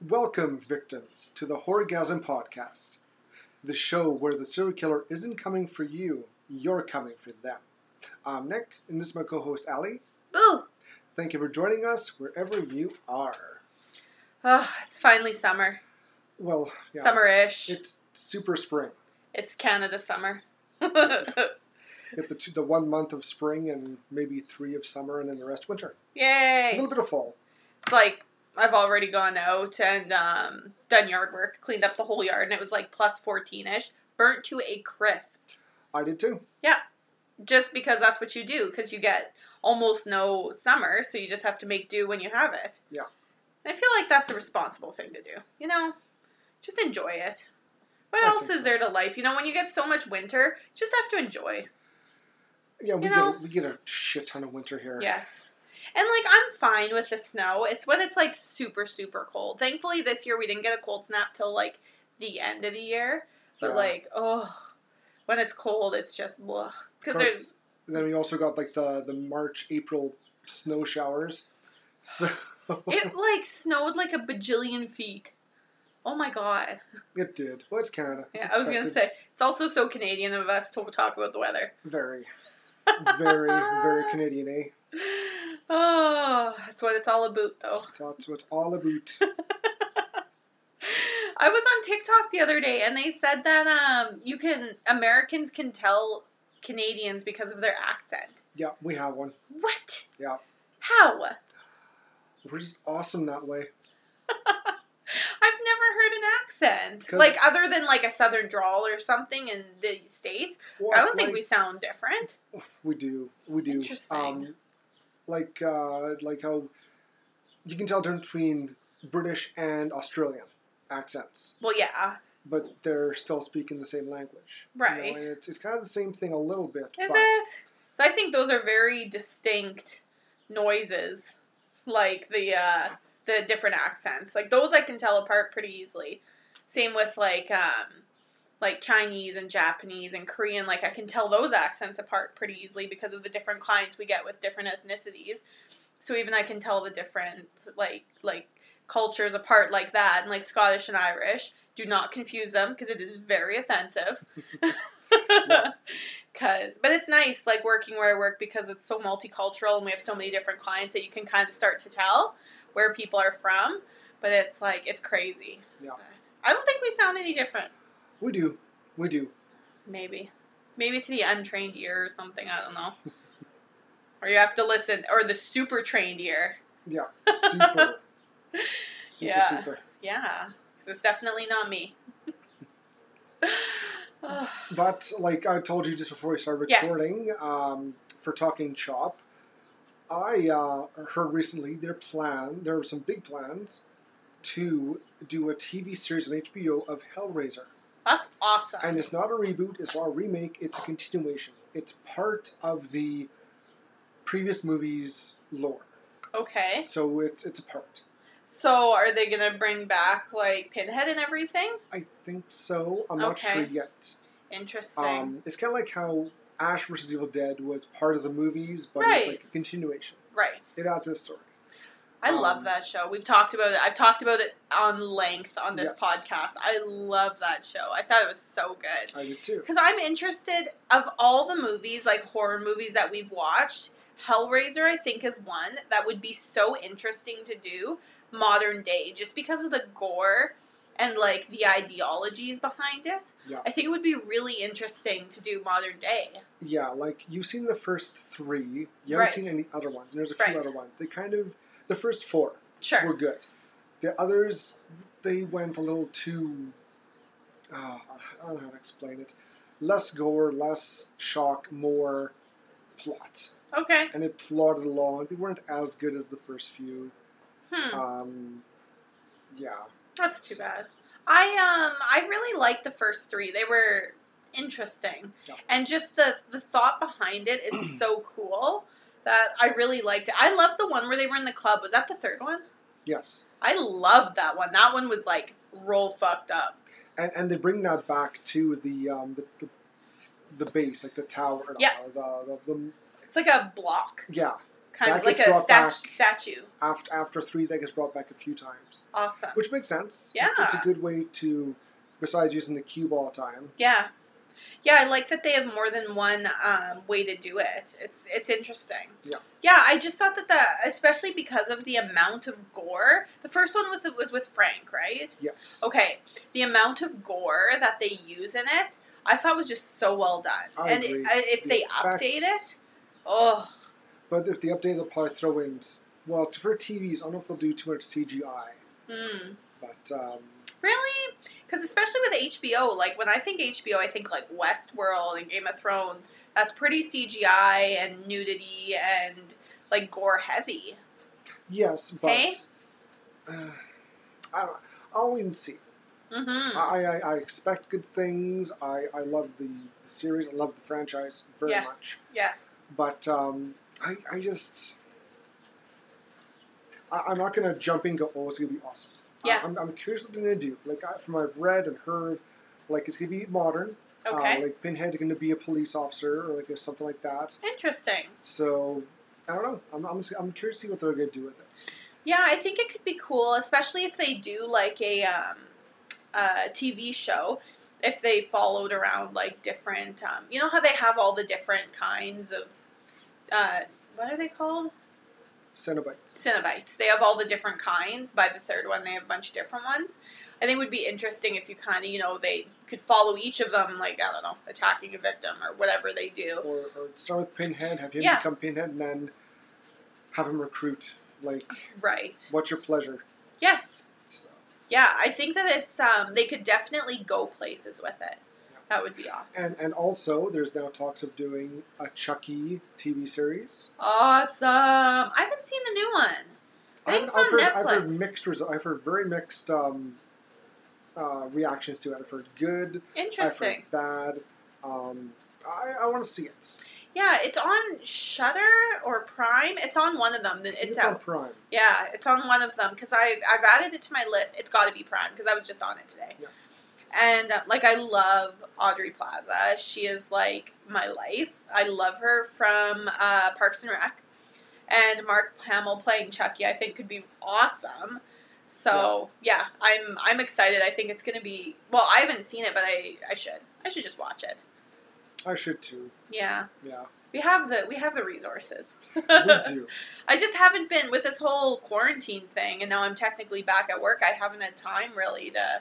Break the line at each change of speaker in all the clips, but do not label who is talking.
Welcome, victims, to the Horgasm Podcast, the show where the serial killer isn't coming for you, you're coming for them. I'm Nick, and this is my co host, Ali.
Boo!
Thank you for joining us wherever you are.
Oh, it's finally summer.
Well, yeah,
Summerish.
It's super spring.
It's Canada summer.
Get the, two, the one month of spring and maybe three of summer, and then the rest winter. A
Yay!
little bit of fall.
It's like I've already gone out and um, done yard work, cleaned up the whole yard, and it was like plus 14 ish, burnt to a crisp.
I did too.
Just because that's what you do, because you get almost no summer, so you just have to make do when you have it.
Yeah.
I feel like that's a responsible thing to do. You know, just enjoy it. What
I
else
think
is
so.
there to life? You know, when you get so much winter, you just have to enjoy.
Yeah, we,
You know-
get, we get a shit ton of winter here.
Yes. And like I'm fine with the snow. It's when it's like super super cold. Thankfully this year we didn't get a cold snap till like the end of the year. But
Yeah.
like oh when it's cold it's just ugh.
Of
cuz
course,
there's
then we also got like the, the March, April snow showers. So
it like snowed like a bajillion feet. Oh my god.
It did. Well, it's Canada. It's
Yeah, I was going to
expected.
say it's also so Canadian of us to talk about the weather.
Very, very, very Canadian, eh?
Oh, that's what it's all about though.
That's what it's all about.
I was on TikTok the other day and they said that um you can Americans can tell Canadians because of their accent.
yeah, we have one.
What?
Yeah.
How?
We're just awesome that way.
I've never heard an accent.
'Cause-
Like other than like a southern drawl or something in the states.
Well,
I
it's
don't think we
like-
sound different.
we do. We do.
Interesting.
Um, like, uh, like how you can tell the difference between British and Australian accents,
Well, yeah.
but they're still speaking the same language. You know,
Right.
and it's, it's kind of the same thing a little bit.
Is
but
it? So I think those are very distinct noises. Like the uh the different accents. Like those I can tell apart pretty easily. Same with like um like Chinese and Japanese and Korean, like I can tell those accents apart pretty easily because of the different clients we get with different ethnicities. So even I can tell the different like like cultures apart like that and like Scottish and Irish. Do not confuse them because it is very offensive. Cause, but it's nice like working where I work because it's so multicultural and we have so many different clients that you can kind of start to tell where people are from. But it's like it's crazy.
Yeah.
I don't think we sound any different.
We do. We do.
Maybe. Maybe to the untrained ear or something. I don't know. or you have to listen. Or the super trained ear.
Yeah. Super. super,
Yeah.
super.
Yeah. Because it's definitely not me. Ugh.
But like I told you just before we started
Yes.
recording, um, for talking chop, I uh, heard recently their plan. There were some big plans to do a TV series on HBO of Hellraiser,
That's awesome.
and it's not a reboot; it's not a remake. It's a continuation. It's part of the previous movie's lore,
Okay.
so it's it's a part.
So are they going to bring back like Pinhead and everything?
I think so. I'm not
Okay.
sure yet.
Interesting.
Um, it's kind of like how Ash vs Evil Dead was part of the movies, but it's
Right.
like a continuation.
right.
It adds to the story.
I
um,
love that show. We've talked about it. I've talked about it on length on this
Yes.
podcast. I love that show. I thought it was so good.
I did too.
Because I'm interested of all the movies, like horror movies that we've watched, Hellraiser I think is one that would be so interesting to do modern day, just because of the gore and like the ideologies behind it.
Yeah.
I think it would be really interesting to do modern day.
Yeah, like you've seen the first three. You haven't
Right.
seen any other ones. And there's a few
Right.
other ones. They kind of the first four
Sure.
were good. The others they went a little too. Uh, I don't know how to explain it. Less gore, less shock, more plot,
okay.
and it plodded along. They weren't as good as the first few.
Hmm.
Um, yeah,
That's too bad. I um I really liked the first three. They were interesting.
Yeah.
And just the the thought behind it is so cool that I really liked it. I loved the one where they were in the club. Was that the third one?
yes,
I loved that one. That one was like roll fucked up.
and and they bring that back to the um, the, the the base, like the tower, and
Yeah.
all, the, the, the
It's like a block
yeah.
kind
That
of like
gets
a
brought back.
statu- statue.
After after three, that gets brought back a few times,
Awesome.
which makes sense. It's, it's a
Yeah.
good way to, besides using the cube all the time.
Yeah. Yeah, I like that they have more than one um, way to do it. It's it's interesting.
Yeah.
Yeah, I just thought that the especially because of the amount of gore. The first one with was with Frank, right?
Yes,
Okay, the amount of gore that they use in it, I thought was just so well done.
I
and
agree.
i- if
The
they update it,
effects-
oh
but if they update, they'll probably throw in. s- Well, it's for TVs, I don't know if they'll do too much CGI,
mm.
but um,
really? Because especially with HBO, like when I think HBO, I think like Westworld and Game of Thrones. That's pretty CGI and nudity and like gore heavy.
yes, but
Hey?
uh, I don't. I'll wait and see.
Mm-hmm.
I, I, I expect good things. I, I love the series. I love the franchise very
yes.
much.
Yes.
But um, I, I just. I, I'm not going to jump in and go, oh, it's going to be awesome.
Yeah.
I, am I'm curious what they're going to do. Like, I, from what I've read and heard, like, it's going to be modern.
Okay.
Uh, like, Pinhead's going to be a police officer or, like, something like that.
Interesting.
So, I don't know. I'm, I'm, just- I'm curious to see what they're going to do with it.
Yeah, I think it could be cool, especially if they do like a um, uh, TV show. If they followed around like different, um, you know how they have all the different kinds of uh, what are they called?
Cenobites.
Cenobites. They have all the different kinds. By the third one, they have a bunch of different ones. I think it would be interesting if you kind of, you know, they could follow each of them, like I don't know, attacking a victim or whatever they do.
Or, or start with Pinhead, have him
Yeah.
become Pinhead, and then have him recruit. Like,
Right.
what's your pleasure?
Yes.
So,
Yeah, I think that it's um they could definitely go places with it. That would be awesome.
and, and also, there's now talks of doing a Chucky TV series.
Awesome. I haven't seen the new one. I
I've-
think it's
I've
on
heard, I've heard
Netflix.
mixed results. I've heard very mixed um, uh, reactions to it. I've heard good. I've
Interesting.
heard bad. Um, I, I want to see it.
Yeah, it's on Shutter or Prime. It's on one of them. Th-
I think
It's,
on
out.
Prime.
Yeah, it's on one of them because I I've added it to my list. It's got to be Prime because I was just on it today.
Yeah.
And um, like I love Audrey Plaza. She is like my life. I love her from uh, Parks and Rec, and Mark Hamill playing Chucky. I think could be awesome. So yeah, I'm I'm excited. I think it's gonna be well. I haven't seen it, but I I should I should just watch it.
I should too.
Yeah,
Yeah,
we have the we have the resources.
we do.
I just haven't been with this whole quarantine thing, and now I'm technically back at work. I haven't had time really to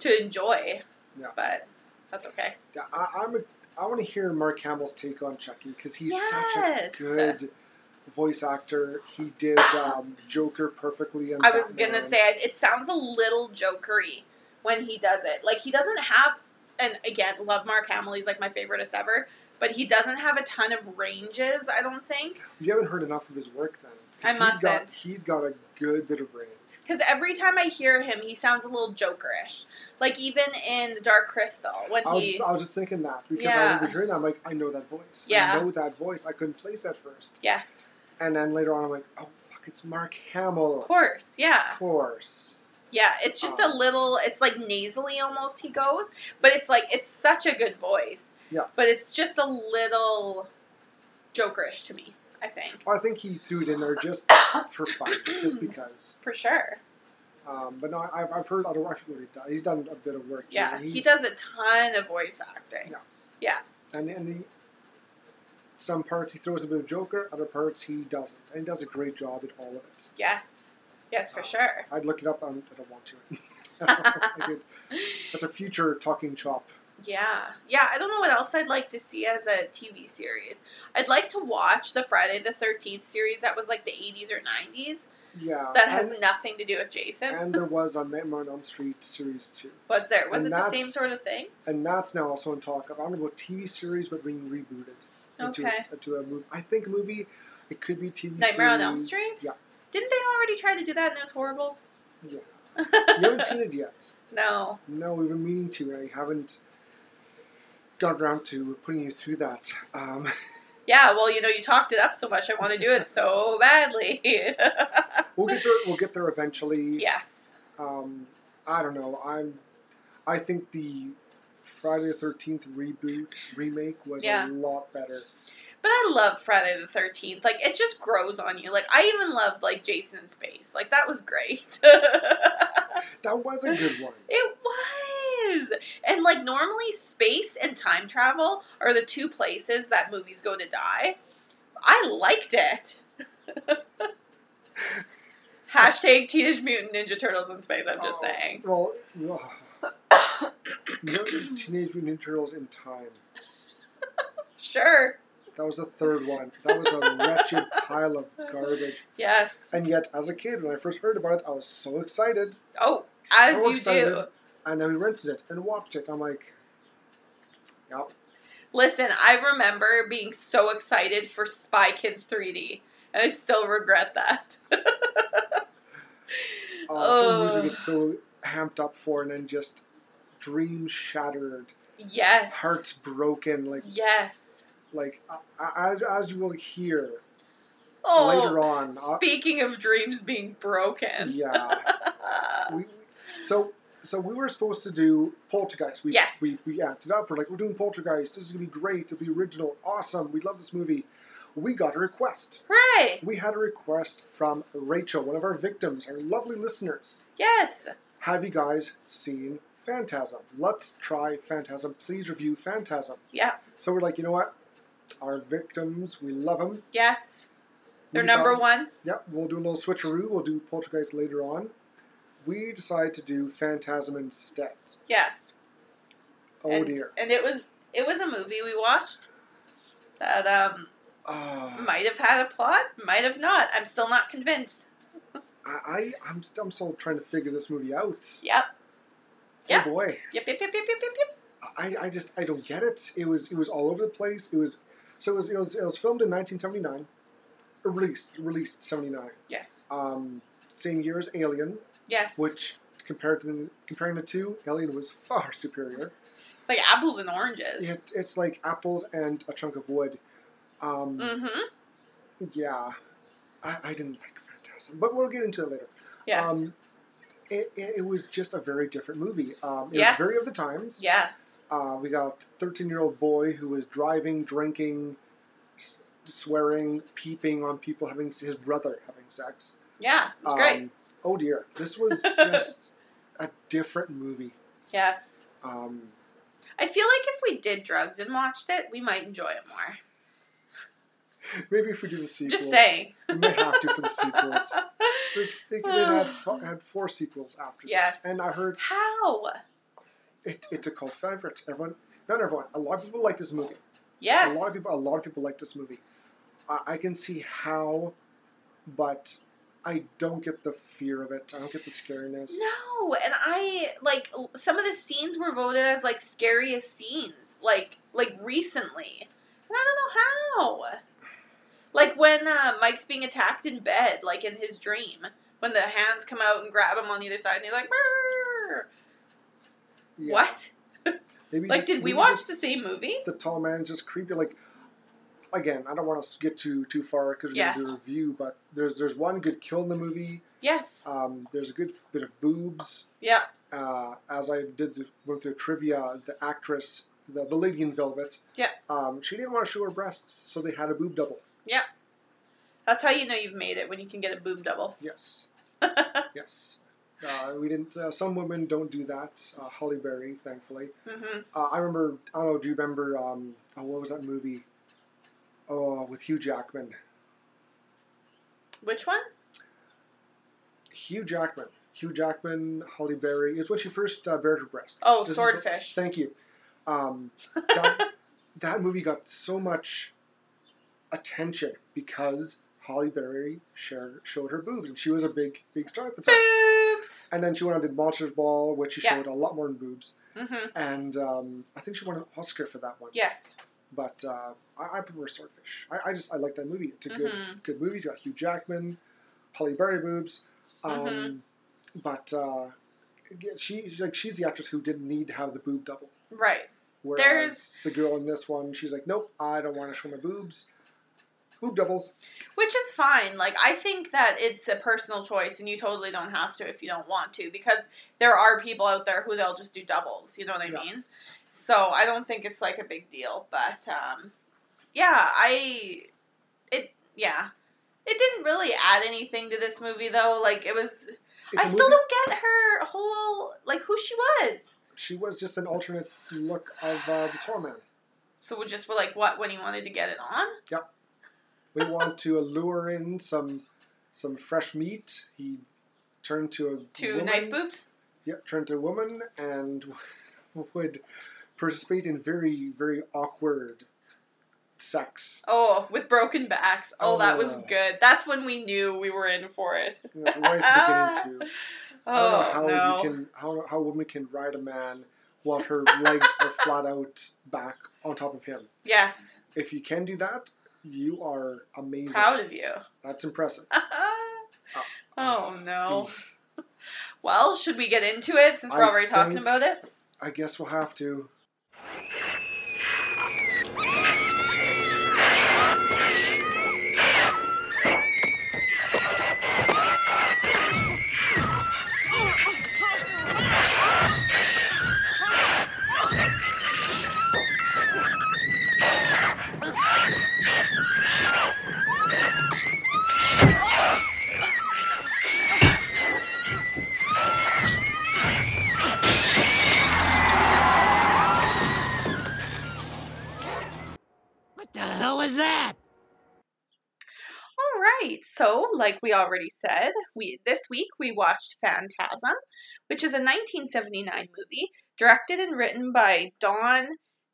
to enjoy.
Yeah.
But that's okay.
Yeah, I, I'm. A, I want to hear Mark Hamill's take on Chucky because he's
Yes.
such a good voice actor. He did um, Joker perfectly. And
I was
Batman.
gonna say it- it sounds a little jokery when he does it. Like he doesn't have, and again, love Mark Hamill. He's like my favoriteest ever. But he doesn't have a ton of ranges. I don't think.
you haven't heard enough of his work then. 'cause
I
he's got-
mustn't.
he's got a good bit of range.
Because every time I hear him, he sounds a little jokerish. Like even in Dark Crystal, when
I was,
he
just, I was just thinking that because I
Yeah.
remember hearing that. I'm like, I know that voice.
Yeah.
I know that voice. I couldn't place that first.
yes,
And then later on, I'm like, oh, fuck, it's Mark Hamill.
of course, yeah,
Of course.
yeah. It's just
Um,
a little. It's like nasally almost. He goes, but it's like it's such a good voice.
Yeah.
But it's just a little jokerish to me. I think
I think he threw it in there just for fun, just because.
for sure.
Um, but no, I've, I've heard other I forget what he does. He's done a bit of work. here,
Yeah,
and
he
he's-
does a ton of voice acting.
Yeah. And, and he, some parts he throws a bit of Joker, other parts he doesn't. And he does a great job at all of it.
Yes, yes, for
Um,
sure.
I'd look it up, I'm, I don't want to. I could- That's a future talking chop.
Yeah, yeah. I don't know what else I'd like to see as a TV series. I'd like to watch the Friday the Thirteenth series that was like the '80s or '90s
Yeah.
that has
Uh, and-
nothing to do with Jason.
and there was a Nightmare on Elm Street series too.
was there? Was
and
it the
that's-
same sort of thing?
And that's now also in talk of, I don't know about TV series, but being rebooted into,
Okay.
a, into a movie. I think movie, it could be TV
Nightmare on
series.
Elm Street?
Yeah.
Didn't they already try to do that and it was horrible?
Yeah. You haven't seen it yet.
no.
No, we've been meaning to. and I haven't got around to putting you through that. Um,
Yeah, well, you know, you talked it up so much. I want to do it so badly.
we'll get there. We'll get there eventually.
yes.
Um, I don't know. I'm. I think the Friday the Thirteenth reboot remake was
Yeah.
a lot better.
But I love Friday the Thirteenth. Like it just grows on you. Like I even loved like Jason in Space. Like that was great.
That was a good one.
It was. And like normally space and time travel are the two places that movies go to die. I liked it. Hashtag Teenage Mutant Ninja Turtles in space, I'm just
Oh,
saying.
Well, ugh. No, Teenage Mutant Ninja Turtles in Time.
Sure.
That was the third one. That was a wretched pile of garbage.
Yes.
And yet, as a kid, when I first heard about it, I was so excited.
Oh,
So
as you
excited.
do.
And then we rented it and watched it. I'm like, yep.
Listen, I remember being so excited for Spy Kids 3D, and I still regret that.
Uh, some movies
Ugh.
we get so amped up for and then just dream shattered,
Yes.
hearts broken. Like,
Yes.
like uh, as, as you will hear
Oh.
later on. uh,
Speaking of dreams being broken.
yeah. we, so so we were supposed to do Poltergeist. We,
Yes.
We, we amped it up. We're like, we're doing Poltergeist. This is going to be great. It'll be original. Awesome. We love this movie. We got a request.
Hooray!
We had a request from Rachel, one of our victims, our lovely listeners.
Yes.
Have you guys seen Phantasm? Let's try Phantasm. Please review Phantasm.
Yeah.
So we're like, you know what? Our victims, we love them.
Yes. They're number one.
Yep, we'll do a little switcheroo. We'll do Poltergeist later on. We decide to do Phantasm instead.
Yes.
Oh
and,
dear.
And it was it was a movie we watched that um
Uh,
might have had a plot, might have not. I'm still not convinced.
I, I, I'm, st- I'm still trying to figure this movie out.
Yep. Yeah.
Oh boy.
Yep. Yep. Yep. Yep. Yep. Yep. yep.
I, I just, I don't get it. It was, it was all over the place. It was, so it was, it was, it was filmed in 1979. Or Released, released 79.
Yes.
Um, same year as Alien,
Yes.
which compared to the, comparing the two, Alien was far superior.
it's like apples and oranges.
It, it's like apples and a chunk of wood. Um,
Mm-hmm.
Yeah, I, I didn't like Phantasm, but we'll get into it later.
Yes.
Um, it, it it was just a very different movie. Um, it
Yes.
was very of the times.
yes.
Uh, we got a 13-year-old boy who was driving, drinking, s- swearing, peeping on people having s- his brother having sex.
Yeah. It's great.
Oh dear, this was just a different movie.
Yes.
Um,
I feel like if we did drugs and watched it, we might enjoy it more.
maybe if we do the sequels,
Just saying.
we may have to for the sequels. There's, they, they had, fo- had four sequels after
Uh. Yes.
this, and I heard
How?
it, it's a cult favorite. Everyone, not everyone. A lot of people like this movie.
Yes.
A lot of people, a lot of people like this movie. I, I can see how, but I don't get the fear of it. I don't get the scariness.
No, and I like l- some of the scenes were voted as like scariest scenes, like like recently, and I don't know how. Like when uh, Mike's being attacked in bed, like in his dream, when the hands come out and grab him on either side, and he's like, "Brrr."
Yeah.
"What?
Maybe
like,
just-
did we
maybe
watch
just
the same movie?"
the tall man just creepy? Like again, I don't want to get too too far because we're gonna do a
Yes.
review. But there's there's one good kill in the movie.
Yes.
Um, there's a good bit of boobs.
Yeah.
uh, as I did the, went through trivia, the actress, the, the lady in Velvet,
Yeah.
um, she didn't want to show her breasts, so they had a boob double.
That's how you know you've made it when you can get a boob double.
Yes, yes. Uh, we didn't. Uh, some women don't do that. Uh, Holly Berry, thankfully.
hmm
Uh, I remember. I don't know. Do you remember? Um, oh, what was that movie? Oh, with Hugh Jackman.
Which one?
Hugh Jackman. Hugh Jackman, Holly Berry. It's when she first uh, bared her breasts.
Oh,
This is-
swordfish.
Thank you. Um, that, that movie got so much attention because Holly Berry shared, showed her boobs, and she was a big, big star at the time.
Boobs.
And then she went on to Monsters Ball, which she
Yeah.
showed a lot more boobs.
hmm
And um, I think she won an Oscar for that one.
Yes.
But uh, I, I prefer Swordfish. I, I just I like that movie. It's a good,
Mhm.
good movie. It's got Hugh Jackman, Holly Berry boobs. Um,
Mhm.
But uh, yeah, she like she's the actress who didn't need to have the boob double.
Right.
Whereas
There's-
the girl in this one, she's like, nope, I don't want to show my boobs. Boob double.
Which is fine. Like, I think that it's a personal choice, and you totally don't have to if you don't want to, because there are people out there who they'll just do doubles. You know what I
Yeah.
mean? So I don't think it's like a big deal, but um, yeah, I it yeah. It didn't really add anything to this movie though. Like it was
It's
I
a
still
movie-
don't get her whole like who she was.
She was just an alternate look of uh, the Tall Man.
So we just were like what when he wanted to get it on?
We want to lure in some some fresh meat. He turned to a
To
woman.
knife boobs?
Yep, turned to a woman and would participate in very very awkward sex.
Oh, with broken backs. Oh, that was
Oh.
good. That's when we knew we were in for it.
You know, right at the beginning too. I don't know
Oh
how
no.
you can how how a woman can ride a man while her legs are flat out back on top of him.
yes.
If you can do that, you are amazing.
Proud of you.
That's impressive. uh,
oh no. Well, should we get into it since we're
I
already talking
think-
about it?
I guess we'll have to.
What the hell was that?
All right. So, like we already said, we this week we watched Phantasm, which is a 1979 movie directed and written by Don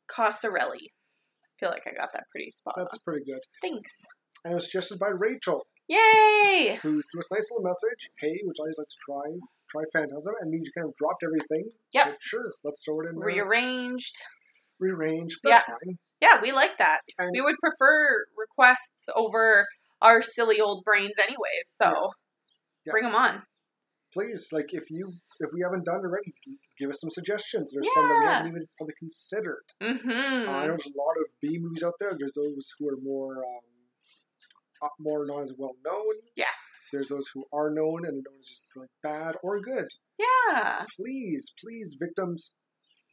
Coscarelli. I feel like I got that pretty spot on.
That's pretty good.
Thanks.
And it was suggested by Rachel,
Yay!
who threw us a nice little message. Hey, would you guys like to try try Phantasm? And means you kind of dropped everything.
Yep.
Said, sure, let's throw it in there.
Rearranged.
Rearrange. That's fine.
Yeah, we like that.
And-
We would prefer requests over our silly old brains, anyways. So,
Yeah.
bring 'em bring them on.
Please, like if you if we haven't done already, give us some suggestions. There's some that we
Yeah.
haven't even probably considered.
Mm-hmm.
Uh, I know there's a lot of B movies out there. There's those who are more um, uh, more not as well known.
yes.
There's those who are known and are known as just like bad or good.
Yeah.
Please, please, victims,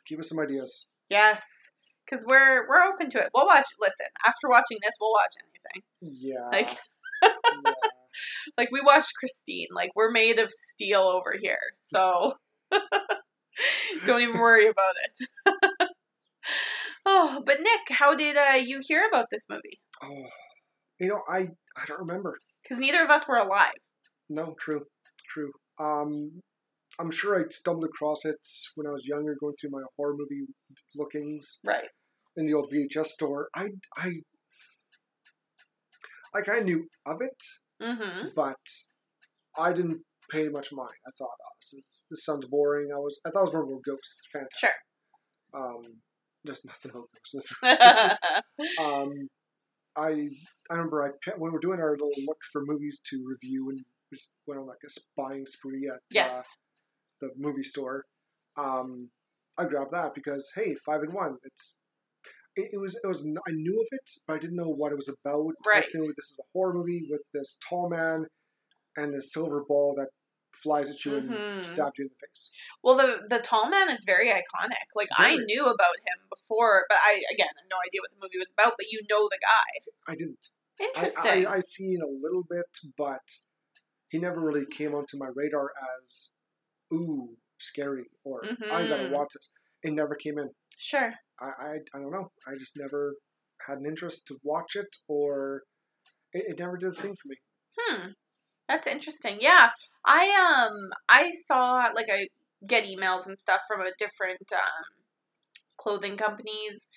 give us some ideas.
Yes. Because we're we're open to it. We'll watch. Listen, after watching this, we'll watch anything.
Yeah.
Like-
yeah.
Like we watched Christine. Like we're made of steel over here. So don't even worry about it. oh, but Nick, how did uh, you hear about this movie?
Oh, you know, I I don't remember.
Because neither of us were alive.
No, true, true. Um, I'm sure I stumbled across it when I was younger, going through my horror movie lookings.
Right.
in the old VHS store. I I like I knew of it,
Mm-hmm.
but I didn't pay much mind. I thought oh, this, is- this sounds boring. I was I thought it was more about ghosts, fantastic.
Sure.
Um, there's nothing about ghosts. in this. um, I I remember I pe- when we were doing our little look for movies to review and we just went on like a spying spree at uh,
yes.
the movie store. Um, I grabbed that because hey, five and one. It's it, it was it was n- I knew of it, but I didn't know what it was about. I
Right.
just knew this is a horror movie with this tall man and this silver ball that flies at you
Mhm.
and stabs you in the face.
Well, the the tall man is very iconic. Like I
Very.
knew about him before, but I again have no idea what the movie was about. But you know the guy.
I didn't. I,
Interesting.
I I seen a little bit, but he never really came onto my radar as ooh scary or I gotta
Mhm.
watch this. It never came in.
sure.
I, I, I don't know. I just never had an interest to watch it, or it, it never did a thing for me.
Hmm. That's interesting. Yeah. I um I saw like I get emails and stuff from a different um clothing companies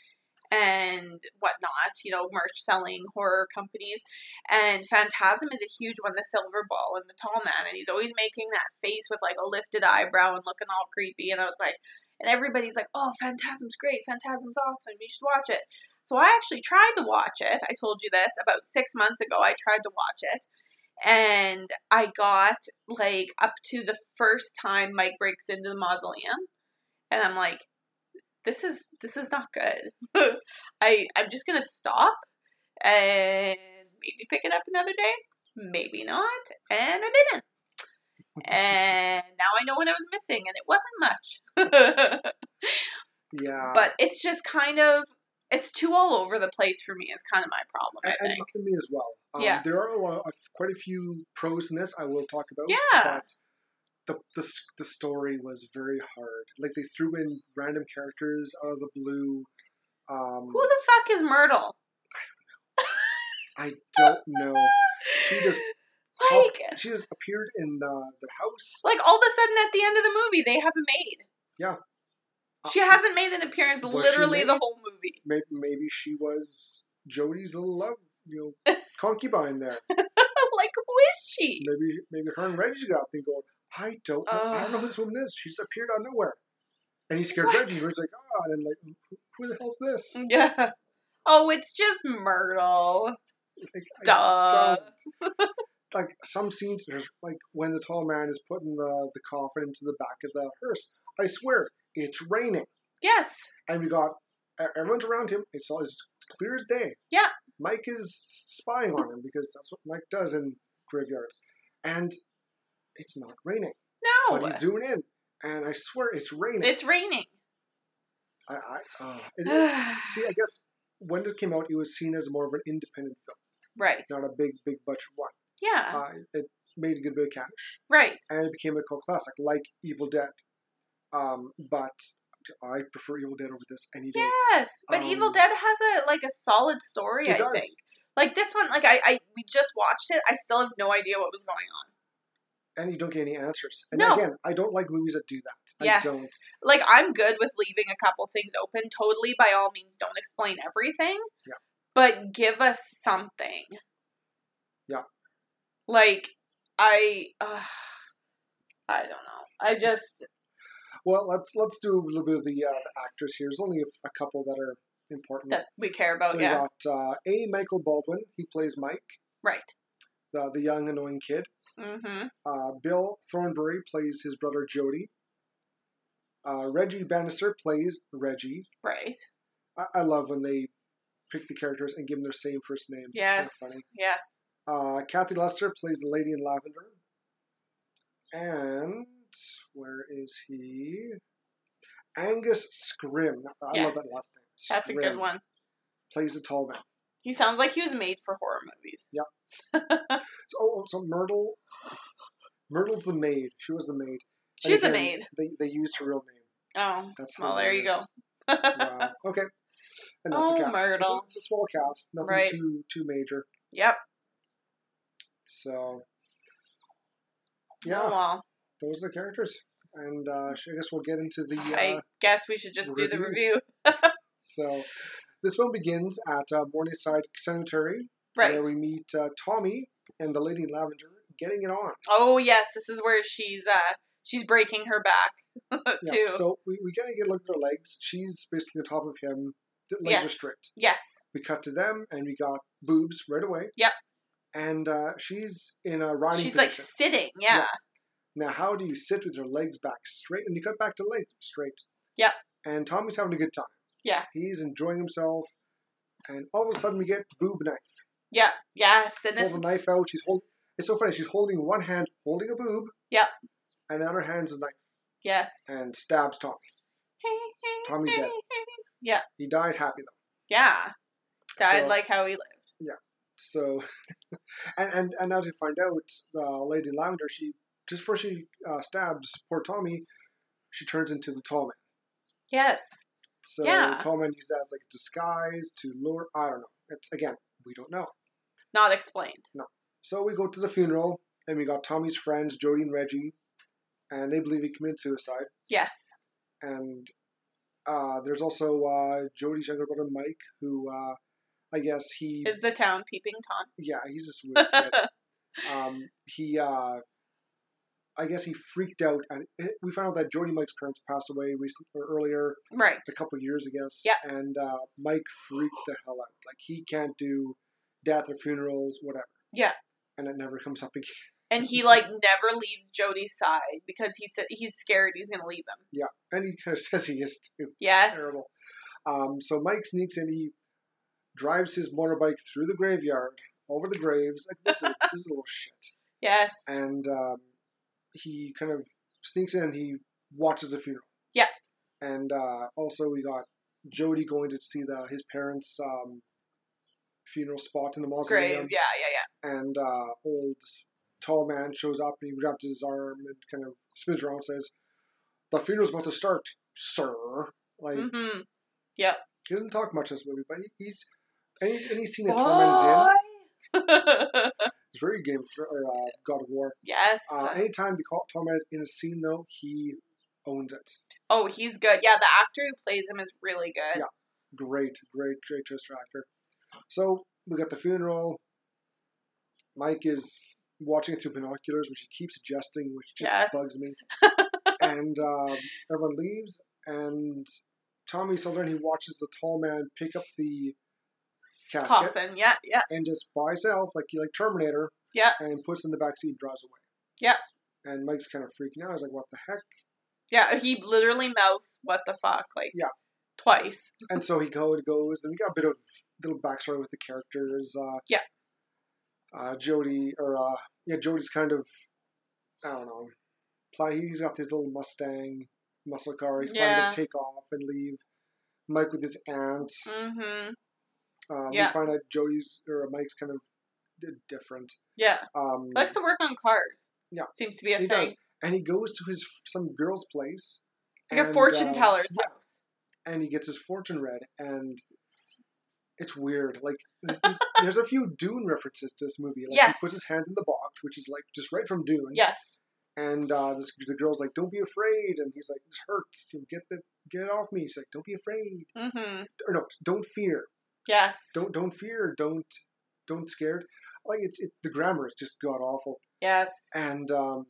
and whatnot, you know, merch selling horror companies. And Phantasm is a huge one, the silver ball and the tall man, and he's always making that face with like a lifted eyebrow and looking all creepy and I was like and everybody's like, Oh, Phantasm's great, Phantasm's awesome, you should watch it. So I actually tried to watch it. I told you this about six months ago. I tried to watch it and I got like up to the first time Mike breaks into the mausoleum, and I'm like, this is this is not good. I I'm just gonna stop and maybe pick it up another day, maybe not, and I didn't. And now I know what I was missing, and it wasn't much.
Yeah,
but it's just kind of It's too all over the place for me. Is kind of my problem. I
and,
think.
and me as well. Um,
Yeah.
There are a lot, of, quite a few pros in this I will talk about.
Yeah.
But the, the, s- the story was very hard. Like, they threw in random characters out of the blue. Um,
Who the fuck is Myrtle?
I don't know. She just
Like,
popped- she just appeared in uh, the house.
like all of a sudden at the end of the movie, they have a maid.
Yeah. Uh,
She hasn't made an appearance
Was she
literally the
maid?
whole movie.
Maybe, maybe she was Jody's little love, you know, concubine there.
like, who is she?
Maybe maybe her and Reggie got a thing going. I don't know. I don't know who this woman is. She's appeared out of nowhere. And he scared
What? Mm,
Reggie. Reggie's like, ah, and like, who- who the hell's this?
Yeah. Oh, it's just Myrtle.
Like, I
Duh.
don't- like some scenes, there's like when the tall man is putting the the coffin into the back of the hearse. I swear, it's raining.
Yes.
and we got e- everyone's around him. It's all it's clear as day.
Yeah.
Mike is spying on him because that's what Mike does in graveyards, and it's not raining.
No.
But he's zooming in, and I swear it's raining.
It's raining.
I, I uh, it-
right.
see. I guess when it came out, it was seen as more of an independent film. It's not a big, big budget one.
Yeah.
Uh, it made a good bit of cash,
right.
and it became a cult classic, like Evil Dead. Um, but I prefer Evil Dead over this any day.
Yes. But Evil
Um,
Dead has a like a solid story,
It
I
does.
think. Like this one, like I, I we just watched it. I still have no idea what was going on.
and you don't get any answers. And
No.
again, I don't like movies that do that.
Yes.
I don't.
Like I'm good with leaving a couple things open. Totally, by all means, don't explain everything.
Yeah.
But give us something.
Yeah.
Like I, uh, I don't know. I just
Well, let's let's do a little bit of the, uh, the actors here. There's only a, a couple that are important.
that we care about.
so
yeah.
you got uh, A. Michael Baldwin. He plays Mike,
Right.
the the young annoying kid.
Mm-hmm.
Uh, Bill Thornbury plays his brother Jody. Uh, Reggie Bannister plays Reggie.
Right.
I, I love when they pick the characters and give them their same first name. It's kinda
Yes.
funny.
Yes.
Uh, Kathy Lester plays the Lady in Lavender. And where is he? Angus Scrim. I love
Yes.
that last name.
That's a good
Scrimm
one.
Plays the tall man.
He sounds like he was made for horror movies.
So, oh, so Myrtle. Myrtle's the maid. She was the maid. And
She's the
again,
maid.
They, they used her real name.
Oh.
That's
Well, there you go.
hilarious. Wow. Okay. And that's
Oh,
the cast. It's a-
Myrtle.
It's a, small cast. Nothing
Right.
too too major.
Yep.
So.
Oh,
Yeah.
well.
those are the characters. And uh, sh- I guess we'll get into the. Uh,
I guess we should just do the
review.
review.
so this film begins at uh, Morningside Cemetery,
Right.
where we meet uh, Tommy and the Lady in Lavender getting it on.
Oh yes, this is where she's uh she's breaking her back too.
So we, we kind of get a look at her legs. She's basically on top of him. The legs are
Yes.
straight.
yes.
We cut to them, and we got boobs right away.
Yep.
And uh, she's in a riding
She's like
position.
sitting, yeah.
now, how do you sit with your legs back straight? And you cut back to legs straight.
Yep.
And Tommy's having a good time.
Yes.
He's enjoying himself, and all of a sudden we get boob knife.
Yeah. Yes. And
Pulls
this
a knife out. She's holding. It's so funny. She's holding one hand, holding a boob.
Yep.
And the other hand's a knife,
yes.
and stabs Tommy. Tommy's dead. He died happy though.
Yeah. Died
So-
like how he lived.
So, and and and now to find out, uh, Lady Lavender. She just before she uh, stabs poor Tommy, she turns into the tall man.
Yes.
So
Yeah.
tall man uses that as like a disguise to lure. I don't know. It's again, we don't know.
Not explained.
So we go to the funeral, and we got Tommy's friends, Jody and Reggie, and they believe he committed suicide.
Yes.
And uh, there's also uh, Jody's younger brother, Mike, who uh, I guess he.
Is the town peeping Tom?
yeah, he's this weird kid. Um, he. Uh, I guess he freaked out, and it- we found out that Jody and Mike's parents passed away recently or earlier,
right.
a couple of years, I guess.
Yeah.
And uh, Mike freaked the hell out. Like he can't do death or funerals, whatever.
Yeah.
And it never comes up again.
And he like never leaves Jody's side because he said he's scared he's gonna leave him.
and he kind of says he is too.
Yes.
Terrible. Um, so Mike sneaks in. He drives his motorbike through the graveyard, over the graves. Like this is this is a little shit.
Yes.
And um, he kind of sneaks in. and He watches the funeral.
Yeah.
And uh, also we got Jody going to see the his parents' um, funeral spot in the
Grave.
mausoleum,
Yeah, yeah,
and uh, old tall man shows up and he wraps his arm and kind of spins around and says, "The funeral's about to start, sir." Like
yeah. Mm-hmm.
he doesn't talk much in this movie, but he, he's any any scene that tall man is in, he's very game for or, uh, God of War.
yes.
Uh, anytime the call- tall man is in a scene, though, he owns it.
oh, he's good. Yeah, the actor who plays him is really good.
great, great, great choice for actor. So we got the funeral. Mike is watching it through binoculars, which he keeps adjusting, which just
Yes.
bugs me. and um, everyone leaves, and Tommy Southern he watches the tall man pick up the casket
Coffin. Yeah, yeah.
and just by himself, like he like Terminator,
Yeah.
and puts it in the back seat and drives away.
Yeah.
And Mike's kind of freaking out. He's like, "What the heck?"
Yeah, he literally mouths "What the fuck?" like
Yeah.
twice.
and so he go, goes, and we got a bit of little backstory with the characters. Uh,
Yeah.
Uh, Jody, or uh, yeah, Jody's kind of, I don't know, pla- he's got this little Mustang muscle car. He's planning
Yeah.
to take off and leave. Mike with his aunt.
Mm-hmm.
Um,
Yeah.
We find out Jody's or Mike's kind of d- different.
Yeah,
Um,
likes to work on cars.
Yeah.
seems to be a
he
thing.
does, and he goes to his some girl's place,
Like a
and,
fortune
uh,
teller's
yeah,
house.
and he gets his fortune read, and it's weird. Like this, this, there's a few Dune references to this movie. Like
Yes.
he puts his hand in the box, which is like just right from Dune.
Yes.
And uh, this the girl's like, "Don't be afraid," and he's like, "This hurts. You get the get it off me." He's like, "Don't be afraid,"
Mm-hmm.
or no, "Don't fear.
Yes.
Don't don't fear. Don't don't scared." Like it's it, the grammar is just god awful,
Yes.
and um,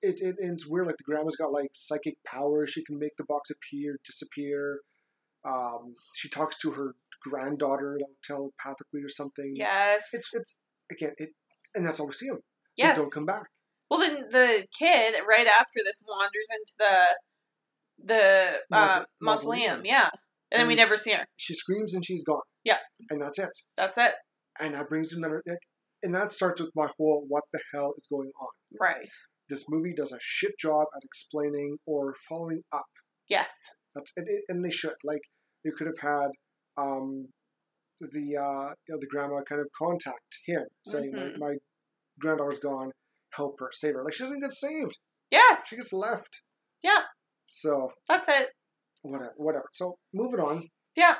it, it it's weird. Like the grandma's got like psychic power. She can make the box appear, disappear. Um, she talks to her granddaughter like, telepathically or something.
Yes.
it's it's again it, and that's all we see him.
yes.
don't come back.
Well, then the kid right after this wanders into the the uh,
Maus-
mausoleum.
mausoleum.
Yeah, and then we
And-
never see her.
She screams and she's gone.
Yeah.
and that's it.
That's it.
And that brings another. It, and that starts with my whole what the hell is going on.
Right.
This movie does a shit job at explaining or following up.
Yes.
That's and, it, and they should like you could have had um, the uh, you know, the grandma kind of contact him saying
Mhm.
my, my granddaughter's gone, help her, save her. Like she doesn't get saved,
Yes.
she gets left.
Yeah.
So
That's it.
whatever, whatever. So moving on,
Yeah.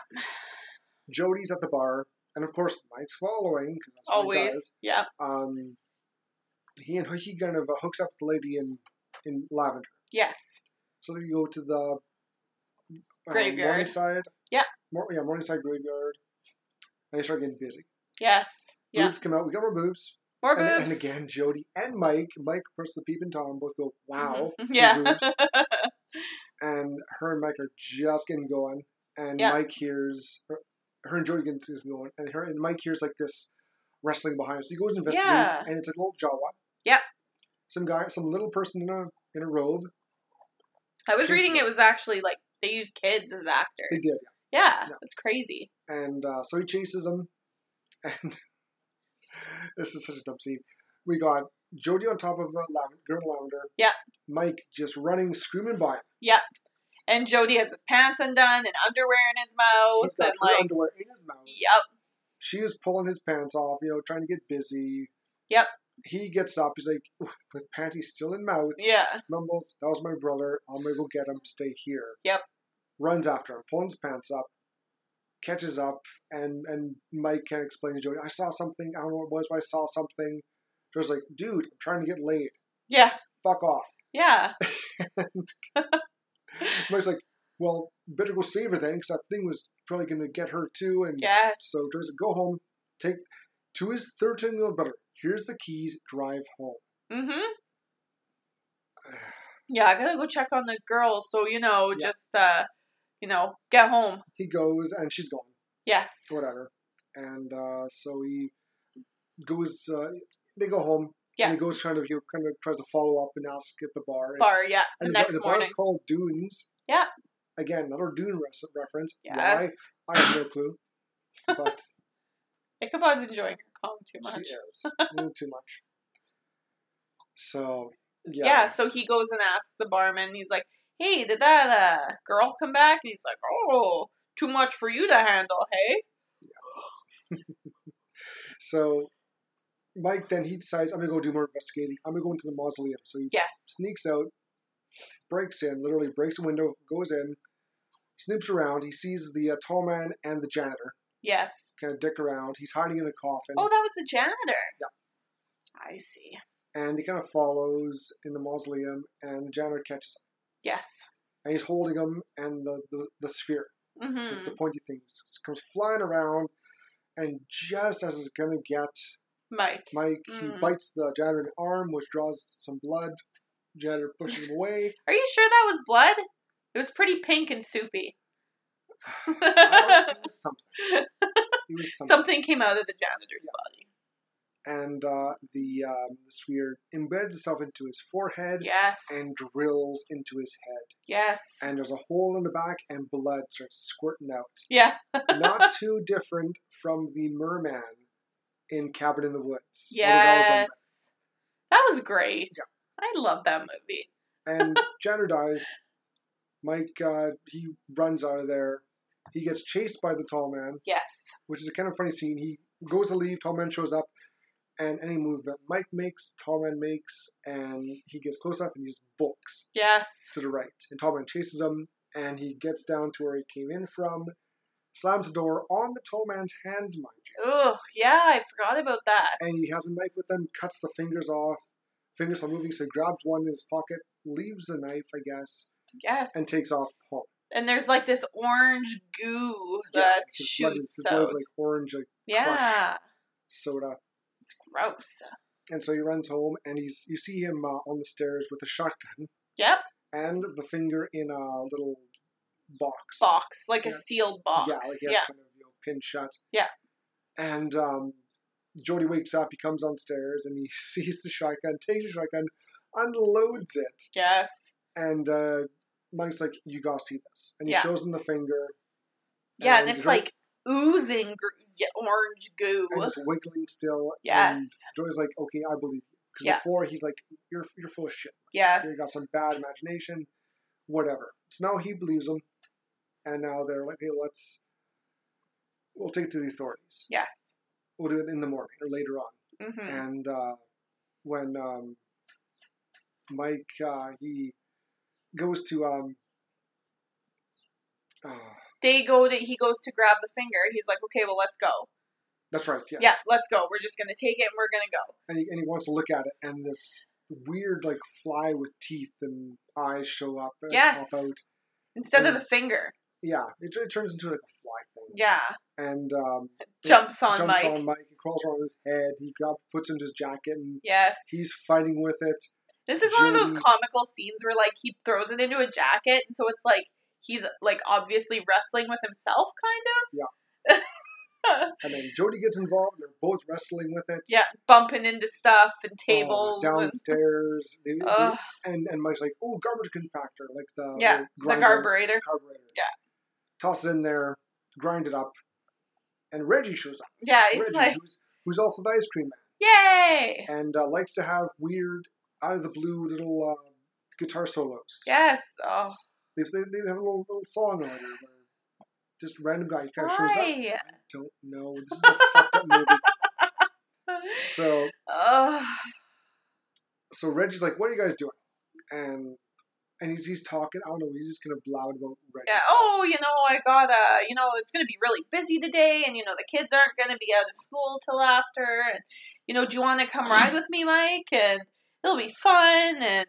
Jody's at the bar, and of course Mike's following. 'cause that's what he
Always.
does.
Yeah.
Um, he and he kind of uh, hooks up with the lady in in lavender.
Yes.
So they go to the uh,
Graveyard.
Morningside.
Yeah.
Mor- yeah, Morningside graveyard. And they start getting busy.
Yes. Yeah.
Boobs come out. We got more boobs.
More
and, and
boobs.
again, Jody and Mike, Mike, of course, the peep and Tom both go, wow.
Mhm.
the
Yeah.
boobs. and her and Mike are just getting going. And
Yeah.
Mike hears, her, her and Jody get is going. And her and Mike hears like this wrestling behind him. So he goes and investigates.
Yeah.
And it's a little Jawa.
Yep.
Some guy, some little person in a, in a robe.
I was
Kids-
reading it was actually like they used kids as actors.
They did. Yeah.
Yeah. That's crazy.
and uh, so he chases him. And this is such an obscene. We got Jody on top of uh, Lav- Gerd Lavender.
Yeah.
Mike just running, screaming by. him.
And Jody has his pants undone and underwear in his mouth
He's got
and
her
like
underwear in his mouth.
yep.
She is pulling his pants off, you know, trying to get busy.
Yep.
He gets up. He's like, with, with panties still in mouth,
Yeah.
mumbles, "That was my brother. I'm gonna go get him. Stay here."
Yep.
Runs after him, pulling his pants up, catches up, and and Mike can't explain to Jody. I saw something. I don't know what it was, but I saw something. Jody's like, "Dude, I'm trying to get laid.
Yeah.
Fuck off."
Yeah.
Mike's like, "Well, better go save her then, because that thing was probably gonna get her too." And
Yes.
so Jody's like, "Go home. Take to his thirteen-year-old brother. Here's the keys. Drive home."
Mm-hmm. Yeah, I gotta go check on the girl. So you know,
Yeah.
just uh, you know, get home.
He goes, and she's gone.
Yes.
whatever. And uh, so he goes. Uh, they go home.
Yeah.
And he goes kind of he kind of tries to follow up and ask at the bar. And,
Bar. Yeah. The
and
next
the, bar- the
morning.
bar's called Dunes.
Yeah.
Again, another Dune res- reference.
Yes.
Why? I have no clue. But
Ichabod's enjoying her calm too much.
she is a little too much. So yeah.
Yeah. So he goes and asks the barman. He's like, "Hey, did that uh, girl come back?" And he's like, "Oh, Too much for you to handle, hey?
So Mike then he decides, I'm gonna go do more investigating. I'm gonna go into the mausoleum. So he
Yes.
sneaks out, breaks in, literally breaks a window, goes in, snoops around. He sees the uh, tall man and the janitor
Yes.
kind of dick around. He's hiding in a coffin,
Oh, that was the janitor.
Yeah.
I see.
and he kind of follows in the mausoleum. And the janitor catches him,
Yes.
and he's holding him and the the, the sphere, with
Mm-hmm.
the pointy things, comes flying around. And just as it's gonna get
Mike.
Mike, he
Mm.
bites the janitor in the arm, which draws some blood. Janitor pushes him away.
Are you sure that was blood? It was pretty pink and soupy.
Oh, it was something. It was something.
Something came out of the janitor's
and uh, the um, the sphere embeds itself into his forehead
body. Yes.
and drills into his head.
yes.
And there's a hole in the back, and blood starts squirting out.
yeah.
Not too different from the merman in Cabin in the Woods. where the doll's on
Yes. That was great.
Yeah.
I love that movie.
the- And Jenner dies. Mike uh, he runs out of there. He gets chased by the tall man,
Yes.
which is a kind of funny scene. He goes to leave, tall man shows up, and any move that Mike makes, tall man makes, and he gets close up and he just books.
Yes.
to the right. And Tallman chases him, and he gets down to where he came in from, slams the door on the tall man's hand, mind you.
Ugh. Yeah, I forgot about that.
And he has a knife with him, cuts the fingers off. Fingers are moving, so he grabs one in his pocket, leaves the knife, I guess,
Yes.
and takes off home.
and there's like this orange goo
Yeah,
that
it's just blood, it's
shoots
just
out.
blood, like orange like
yeah,
soda.
it's gross.
And so he runs home, and he's you see him uh, on the stairs with a shotgun
Yep,
and the finger in a little box.
box like a
Yeah.
sealed box.
Yeah,
Yeah,
like he has kind of you know, pinned shut.
Yeah.
And um, Jody wakes up. He comes downstairs and he sees the shotgun, takes the shotgun, unloads it,
yes,
and uh, Mike's like, "You gotta see this," and he
Yeah.
shows him the finger.
yeah, and, it's
Jody-
like oozing gr- yeah, orange goo.
and it's wiggling still. And
Yes,
Jody's like, "Okay, I believe you." Because
Yeah.
before he's like, "You're you're full of shit.
yes,
You got some bad imagination, whatever." So now he believes him, and now they're like, "Hey, let's we'll take it to the authorities."
yes.
we'll do it in the morning or later on.
Mm-hmm.
And uh, when um, Mike uh, he goes to um, uh,
They go to. He goes to grab the finger. He's like, okay, well, let's go.
that's right, yes.
Yeah, let's go. We're just gonna take it and we're gonna go.
And he, and he wants to look at it, and this weird like fly with teeth and eyes show up. And
Yes.
Pop out.
Instead of
Mm.
the finger,
Yeah, it, it turns into like a fly thing.
yeah,
And um, it
jumps on
jumps
Mike.
on Mike. He crawls around his head. He grab, puts into his jacket, and
Yes,
he's fighting with it.
This is one of those
Jody-
comical scenes where like he throws it into a jacket, and so it's like he's like obviously wrestling with himself, kind of
And then Jody gets involved. and They're both wrestling with it. Uh,
yeah, bumping into stuff and
Oh, uh,
tables and
downstairs, they- they-
Ugh,
and and Mike's like, "Oh, garbage compactor, like the
yeah,
the,
the
grinder,
carburetor.
carburetor."
Yeah.
tosses in there, grind it up, and Reggie shows up.
Yeah, he's
Reggie,
like,
who's who's also the ice cream
yay,
man, and uh, likes to have weird, out of the blue little uh, guitar solos.
yes, oh,
they, they, they have a little little song on it. Where just random guy kind of shows up.
why?
Don't know. This is a fucked up movie. So
Ugh,
so Reggie's like, "What are you guys doing?" And and he's he's talking. I don't know. He's just kind of loud about Reggie.
yeah.
stuff.
Oh, you know, I gotta, you know, it's gonna be really busy today, and you know, the kids aren't gonna be out of school till after, and you know, do you want to come ride with me, Mike? And it'll be fun. And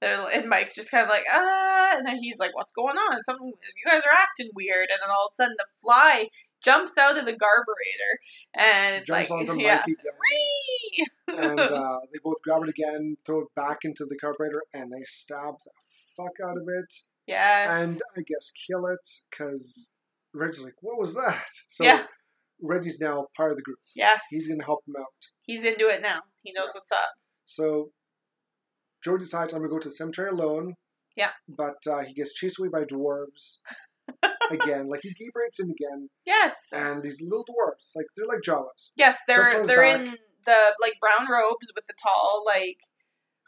they're and Mike's just kind of like, ah, and then he's like, what's going on? Something you guys are acting weird. And then all of a sudden, the fly jumps out of the carburetor, and it's
jumps
like,
onto
yeah.
Mikey and uh, they both grab it again, throw it back into the carburetor, and they stab the fuck out of it,
yes.
and I guess kill it because Reggie's like, "What was that?" So
Yeah.
Reggie's now part of the group.
yes.
He's
He's,
gonna help them out.
into it now. He knows what's up.
So Joe decides I'm gonna go to the cemetery alone.
Yeah.
But uh, he gets chased away by dwarves again. Like he, he breaks in again.
Yes.
and these little dwarfs, like they're like Jawas,
Yes, they're
Jojo's
they're
back.
in the like brown robes with the tall like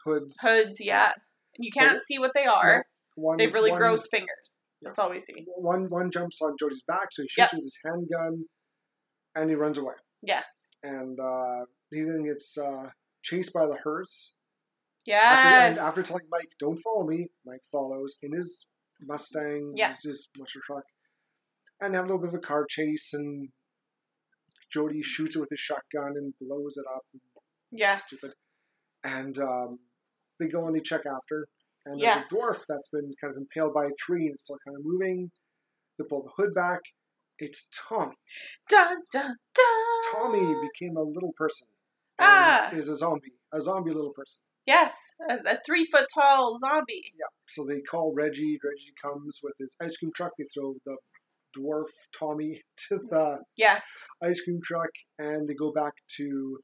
hoods.
hoods. Yeah, and you can't see what they are.
One,
They have really
one-
gross fingers. That's all we see.
One one jumps on Jody's back, so he shoots
Yep.
her with his handgun, and he runs away.
Yes.
And uh, he then gets uh, chased by the hearse. After, and
Yes.
after telling Mike, "Don't follow me," Mike follows in his Mustang,
Yeah.
his, his monster truck, and they have a little bit of a car chase. And Jody shoots it with his shotgun and blows it up.
yes.
Stupid. And um, they go and they check after. And there's
Yes.
a dwarf that's been kind of impaled by a tree and it's still kind of moving. They pull the hood back. It's Tommy.
Dun dun dun.
Tommy became a little person. And
Ah.
Is a zombie. A zombie little person.
Yes, a, a three foot tall zombie.
Yeah. So they call Reggie. Reggie comes with his ice cream truck. They throw the dwarf Tommy to the
Yes.
ice cream truck and they go back to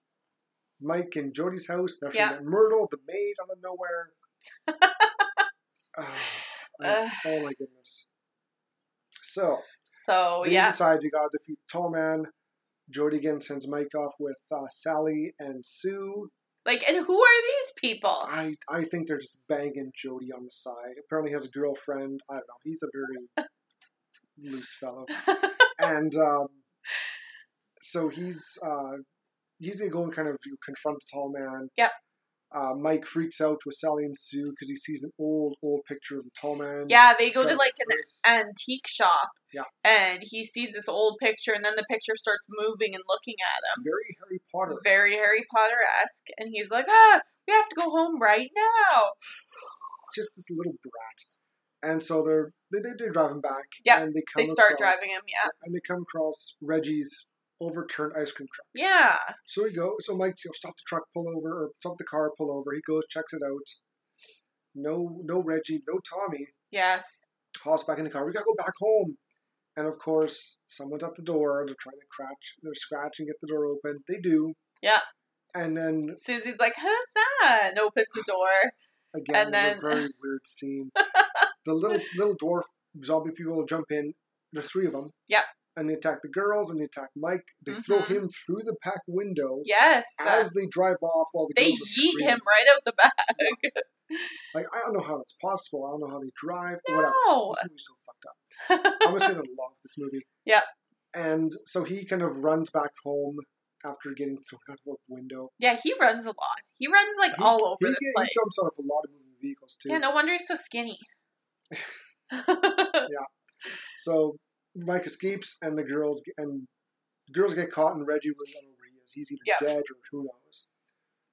Mike and Jody's house. They're
Yeah.
yeah. Myrtle, the maid out of nowhere. Ah,
Ugh.
oh my goodness. So
So
they
Oh, yeah.
decide you gotta defeat Tall Man. Jody again sends Mike off with uh, Sally and Sue.
Like, and who are these people?
I I think they're just banging Jody on the side. Apparently he has a girlfriend. I don't know. He's a very loose fellow. and um, so he's uh, he's gonna go and kind of confront the tall man.
Yep.
Uh, Mike freaks out with Sally and Sue because he sees an old old picture of the tall man.
yeah, they go to
Dark
like an
face.
antique shop.
Yeah.
And he sees this old picture, and then the picture starts moving and looking at him.
very Harry Potter.
Very Harry Potter esque. And he's like, ah, we have to go home right now.
Just this little brat. And so they're they they, they drive him back.
Yep.
And they come.
They start
across-
driving him, yeah.
And they come across Reggie's overturned ice cream truck.
Yeah.
So we go. So Mike, you know, stop the truck, pull over, or stop the car, pull over. He goes, checks it out. No, no Reggie, no Tommy.
Yes.
Hall's back in the car. We gotta go back home. And of course, someone's at the door. They're trying to cratch, they're scratching, get the door open. They do.
Yeah.
And then
Susie's like, who's that? And opens the door.
again,
And
there's
then-
a very weird scene. the little little dwarf zombie people jump in. There's three of them.
Yep.
And they attack the girls and they attack Mike. They throw
Mhm.
him through the back window
Yes.
as they drive off while the
they
girls are
yeet
screaming.
him right out the back.
Like I don't know how that's possible. I don't know how they drive. Whatever.
No.
This movie's so fucked up. I'm gonna say that I love this movie.
Yeah.
And so he kind of runs back home after getting thrown out of a window.
Yeah, he runs a lot. He runs like
He-
all over
he,
this
get-
place.
He jumps out of a lot of moving vehicles too.
yeah, no wonder he's so skinny.
So Mike escapes, and the girls get- and the girls get caught, and Reggie really don't know where he is. He's either
Yeah.
dead or who knows.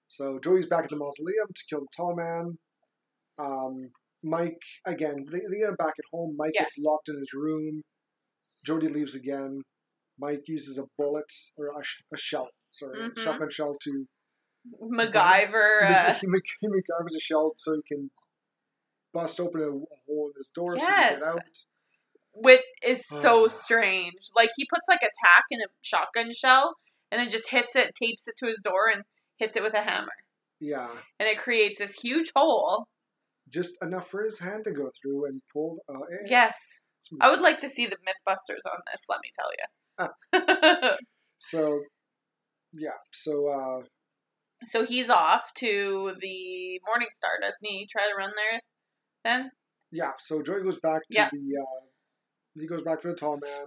So Joey's back at the mausoleum to kill the tall man. Um, Mike again. They, they get back at home. Mike gets
Yes.
locked in his room. Jody leaves again. Mike uses a bullet or a, sh- a shell, sorry,
Mhm.
a shotgun shell to.
MacGyver. Uh,
He, make- he MacGyvers a shell so he can bust open a, a hole in his door
Yes.
so he can get out.
wit is so
Ugh.
strange. Like he puts like a tack in a shotgun shell and then just hits it, tapes it to his door, and hits it with a hammer,
Yeah.
and it creates this huge hole.
just enough for his hand to go through and pull. Uh, eh,
Yes,
it's-
I would like to see the MythBusters on this. Let me tell
Oh.
you.
So, yeah. So, uh,
so he's off to the Morning Star, doesn't he? Try to run there. Then
yeah. So Joey goes back to
Yeah.
the. Uh, he goes back to the tall man.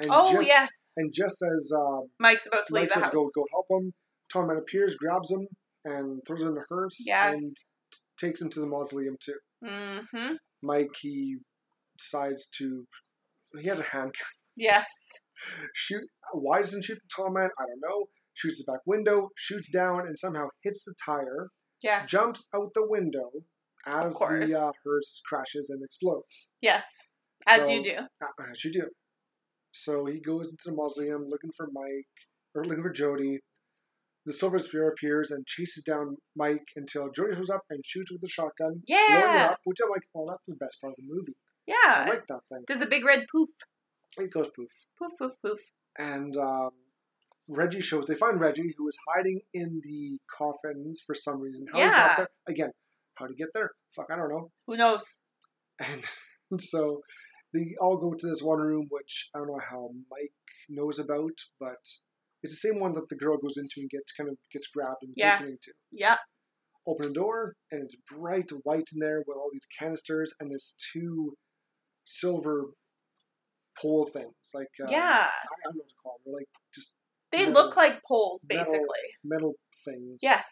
And
oh
just,
yes,
And just as um,
Mike's about to leave
Mike
the
said
house.
go go help him, tall man appears, grabs him, and throws him in a hearse. And
yes.
takes him to the mausoleum too.
Mm-hmm.
Mike he decides to. He has a handgun.
Yes.
Shoot. Why doesn't shoot the tall man? I don't know. Shoots the back window, shoots down, and somehow hits the tire.
Yes.
jumps out the window as
course.
the uh, hearse crashes and explodes,
Yes. As you
So-
do.
a- as you do. So he goes into the mausoleum looking for Mike, or looking for Jody. The Silver Spear appears and chases down Mike until Jody shows up and shoots with the shotgun, blowing it
Yeah.
up, which I'm like, well, that's the best part of the movie. I
Yeah.
like that thing.
There's a big red poof.
It goes poof.
Poof, poof, poof.
And um, Reggie shows, they find Reggie, who is hiding in the coffins for some reason. How he
Yeah.
got there, again, how to get there? Fuck, I don't know.
Who knows?
And so they all go to this one room, which I don't know how Mike knows about, but it's the same one that the girl goes into and gets kind of gets grabbed and taken
Yes.
into.
Yep.
Open the door, and it's bright white in there with all these canisters, and there's two silver pole things. Like um,
yeah,
I I don't know what to call them. They're like just
they
metal-
look like poles
metal-
basically.
metal things.
Yes,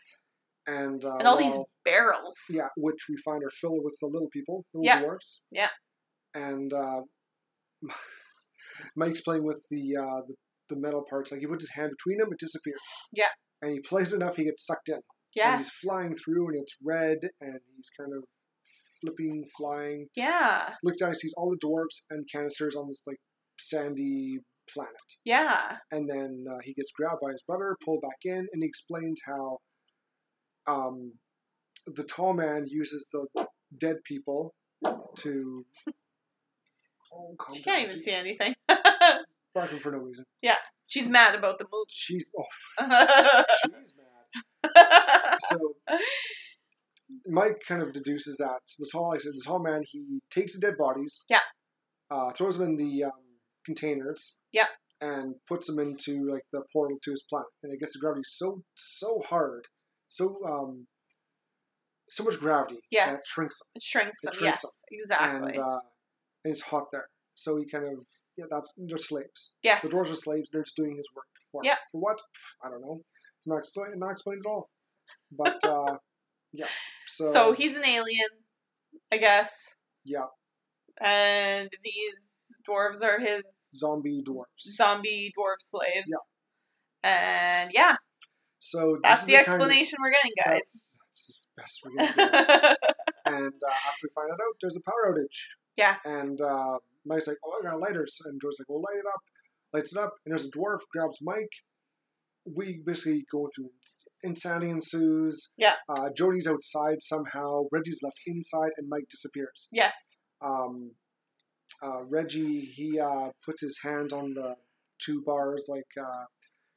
And, uh,
and all these
well,
barrels.
Yeah, which we find are filled with the little people, little
Yeah.
dwarfs.
Yeah.
And uh, Mike's playing with the, uh, the the metal parts. Like he puts his hand between them, it disappears.
Yeah.
And he plays enough, he gets sucked in. And he's
Yes.
flying through, and it's red, and he's kind of flipping, flying.
Yeah.
Looks down, he sees all the dwarfs and canisters on this like sandy planet.
Yeah.
And then uh, he gets grabbed by his brother, pulled back in, and he explains how um, the tall man uses the dead people to. Oh, calm
She can't
down.
even see anything.
Barking for no reason.
She's mad about the movie.
She's oh, she's mad. so Mike kind of deduces that the tall, like I said, the tall man, he takes the dead bodies,
Yeah.
uh, throws them in the um, containers,
Yeah.
and puts them into like the portal to his planet, and it gets the gravity so so hard, so um, so much gravity,
Yes.
that it shrinks them,
It shrinks
It
them.
shrinks
yes, exactly.
and, uh, and it's hot there, so he kind of yeah, that's they're slaves.
yes.
The dwarves are slaves; they're just doing his work for him.
Yeah.
For what? Pff, I don't know. It's not explained, not explained at all. But uh, yeah, so,
so, he's an alien, I guess.
uh, Yeah.
And these dwarves are his
zombie dwarves.
zombie dwarf slaves. And yeah,
So this
that's
is
the
kind of-
explanation we're getting,
That's,
guys.
that's as best we're gonna do. and uh, after we find that out, there's a power outage,
yes.
and uh, Mike's like, "Oh, I got lighters," and George's like, "Well, light it up." Lights it up, and there's a dwarf grabs Mike. We basically go through ins- insanity ensues.
Yeah.
Uh, Jody's outside somehow. Reggie's left inside, and Mike disappears.
yes.
um, uh, Reggie he uh, puts his hand on the two bars like uh,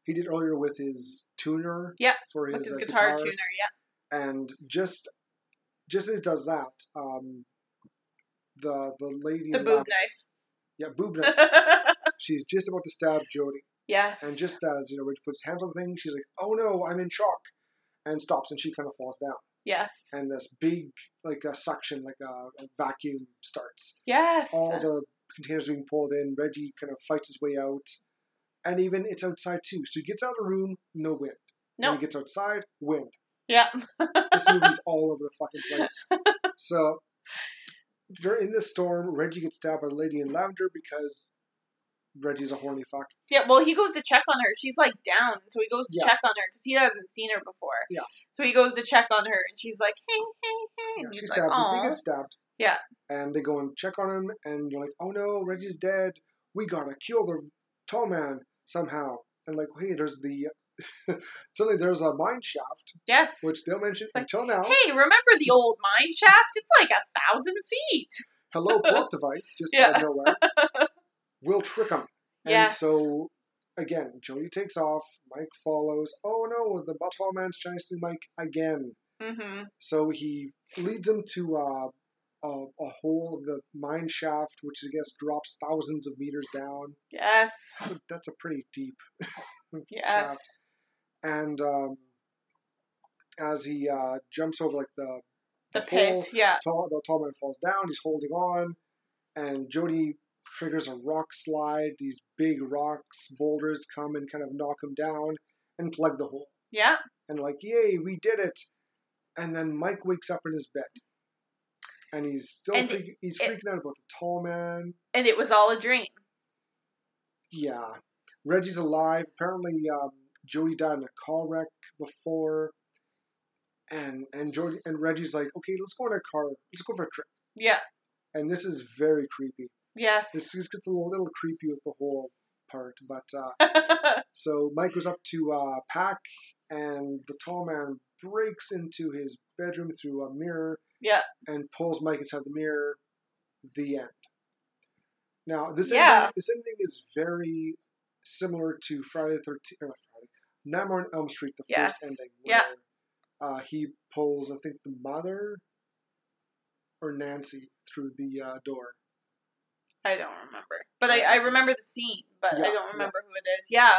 he did earlier with his tuner.
Yeah,
for his,
With his
uh,
guitar, tuner, yeah.
And just just as he does that, um, the the lady
The
in
boob
lab- yeah boob knife.
knife.
she's just about to stab Jody,
yes.
and just as you know, Reggie puts his hand on the thing, she's like, "Oh no, I'm in shock." And stops, and she kind of falls down,
yes.
and this big, like a suction, like a, a vacuum starts,
Yes.
all the containers being pulled in. Reggie kind of fights his way out, and even it's outside too. So he gets out of the room, no wind.
No.
When he gets outside, wind.
yeah.
This movie's all over the fucking place. So during this storm, Reggie gets stabbed by the lady in lavender because Reggie's a horny fuck.
Yeah, well, he goes to check on her. She's like down, so he goes to
Yeah.
check on her because he hasn't seen her before.
Yeah.
So he goes to check on her, and she's like, "Hey, hey, hey!"
Yeah,
And
she
he's
stabs
like,
him. He
"Oh,
gets stabbed.
Yeah.
And they go and check on him, and you're like, oh no, Reggie's dead. We gotta kill the tall man somehow. And like, hey, there's the. suddenly there's a mine shaft
yes."
which they'll mention
It's like,
until now.
Hey, remember the old mine shaft? It's like a thousand feet.
Hello, plot device, just out of nowhere. will trick them.
Yes.
And so, again, Jody takes off. Mike follows. Oh no, the Butthole Man's chasing Mike again.
Mm-hmm.
So he leads him to uh, a, a hole of the mine shaft, which I guess drops thousands of meters down.
Yes.
That's a, that's a pretty deep
Yes.
And um, as he uh, jumps over like the
The
the
pit.
hole
Yeah.
tall, the tall man falls down. He's holding on, and Jody triggers a rock slide. These big rocks, boulders come and kind of knock him down and plug the hole.
Yeah.
And like, yay, we did it! And then Mike wakes up in his bed, and he's still
And
freak- he's
it-
freaking out about the tall man.
And it was all a dream.
Yeah, Reggie's alive. Apparently, um, Jody died in a car wreck before. And and Jody and Reggie's like, okay, let's go on a car. Let's go for a trip.
Yeah.
and this is very creepy.
Yes.
This just gets a little, little creepy with the whole part, but uh, so Mike goes up to uh, Pack, and the tall man breaks into his bedroom through a mirror
yeah.
and pulls Mike inside the mirror. The end. Now this
Yeah.
ending, this ending is very similar to Friday the Thirteenth, or not Friday, Nightmare on Elm Street, the
Yes.
first ending.
Yeah.
Uh, he pulls, I think, the mother or Nancy through the uh, door.
I don't remember, but I, I remember the scene, but
Yeah,
I
yeah.
don't remember who it is. Yeah.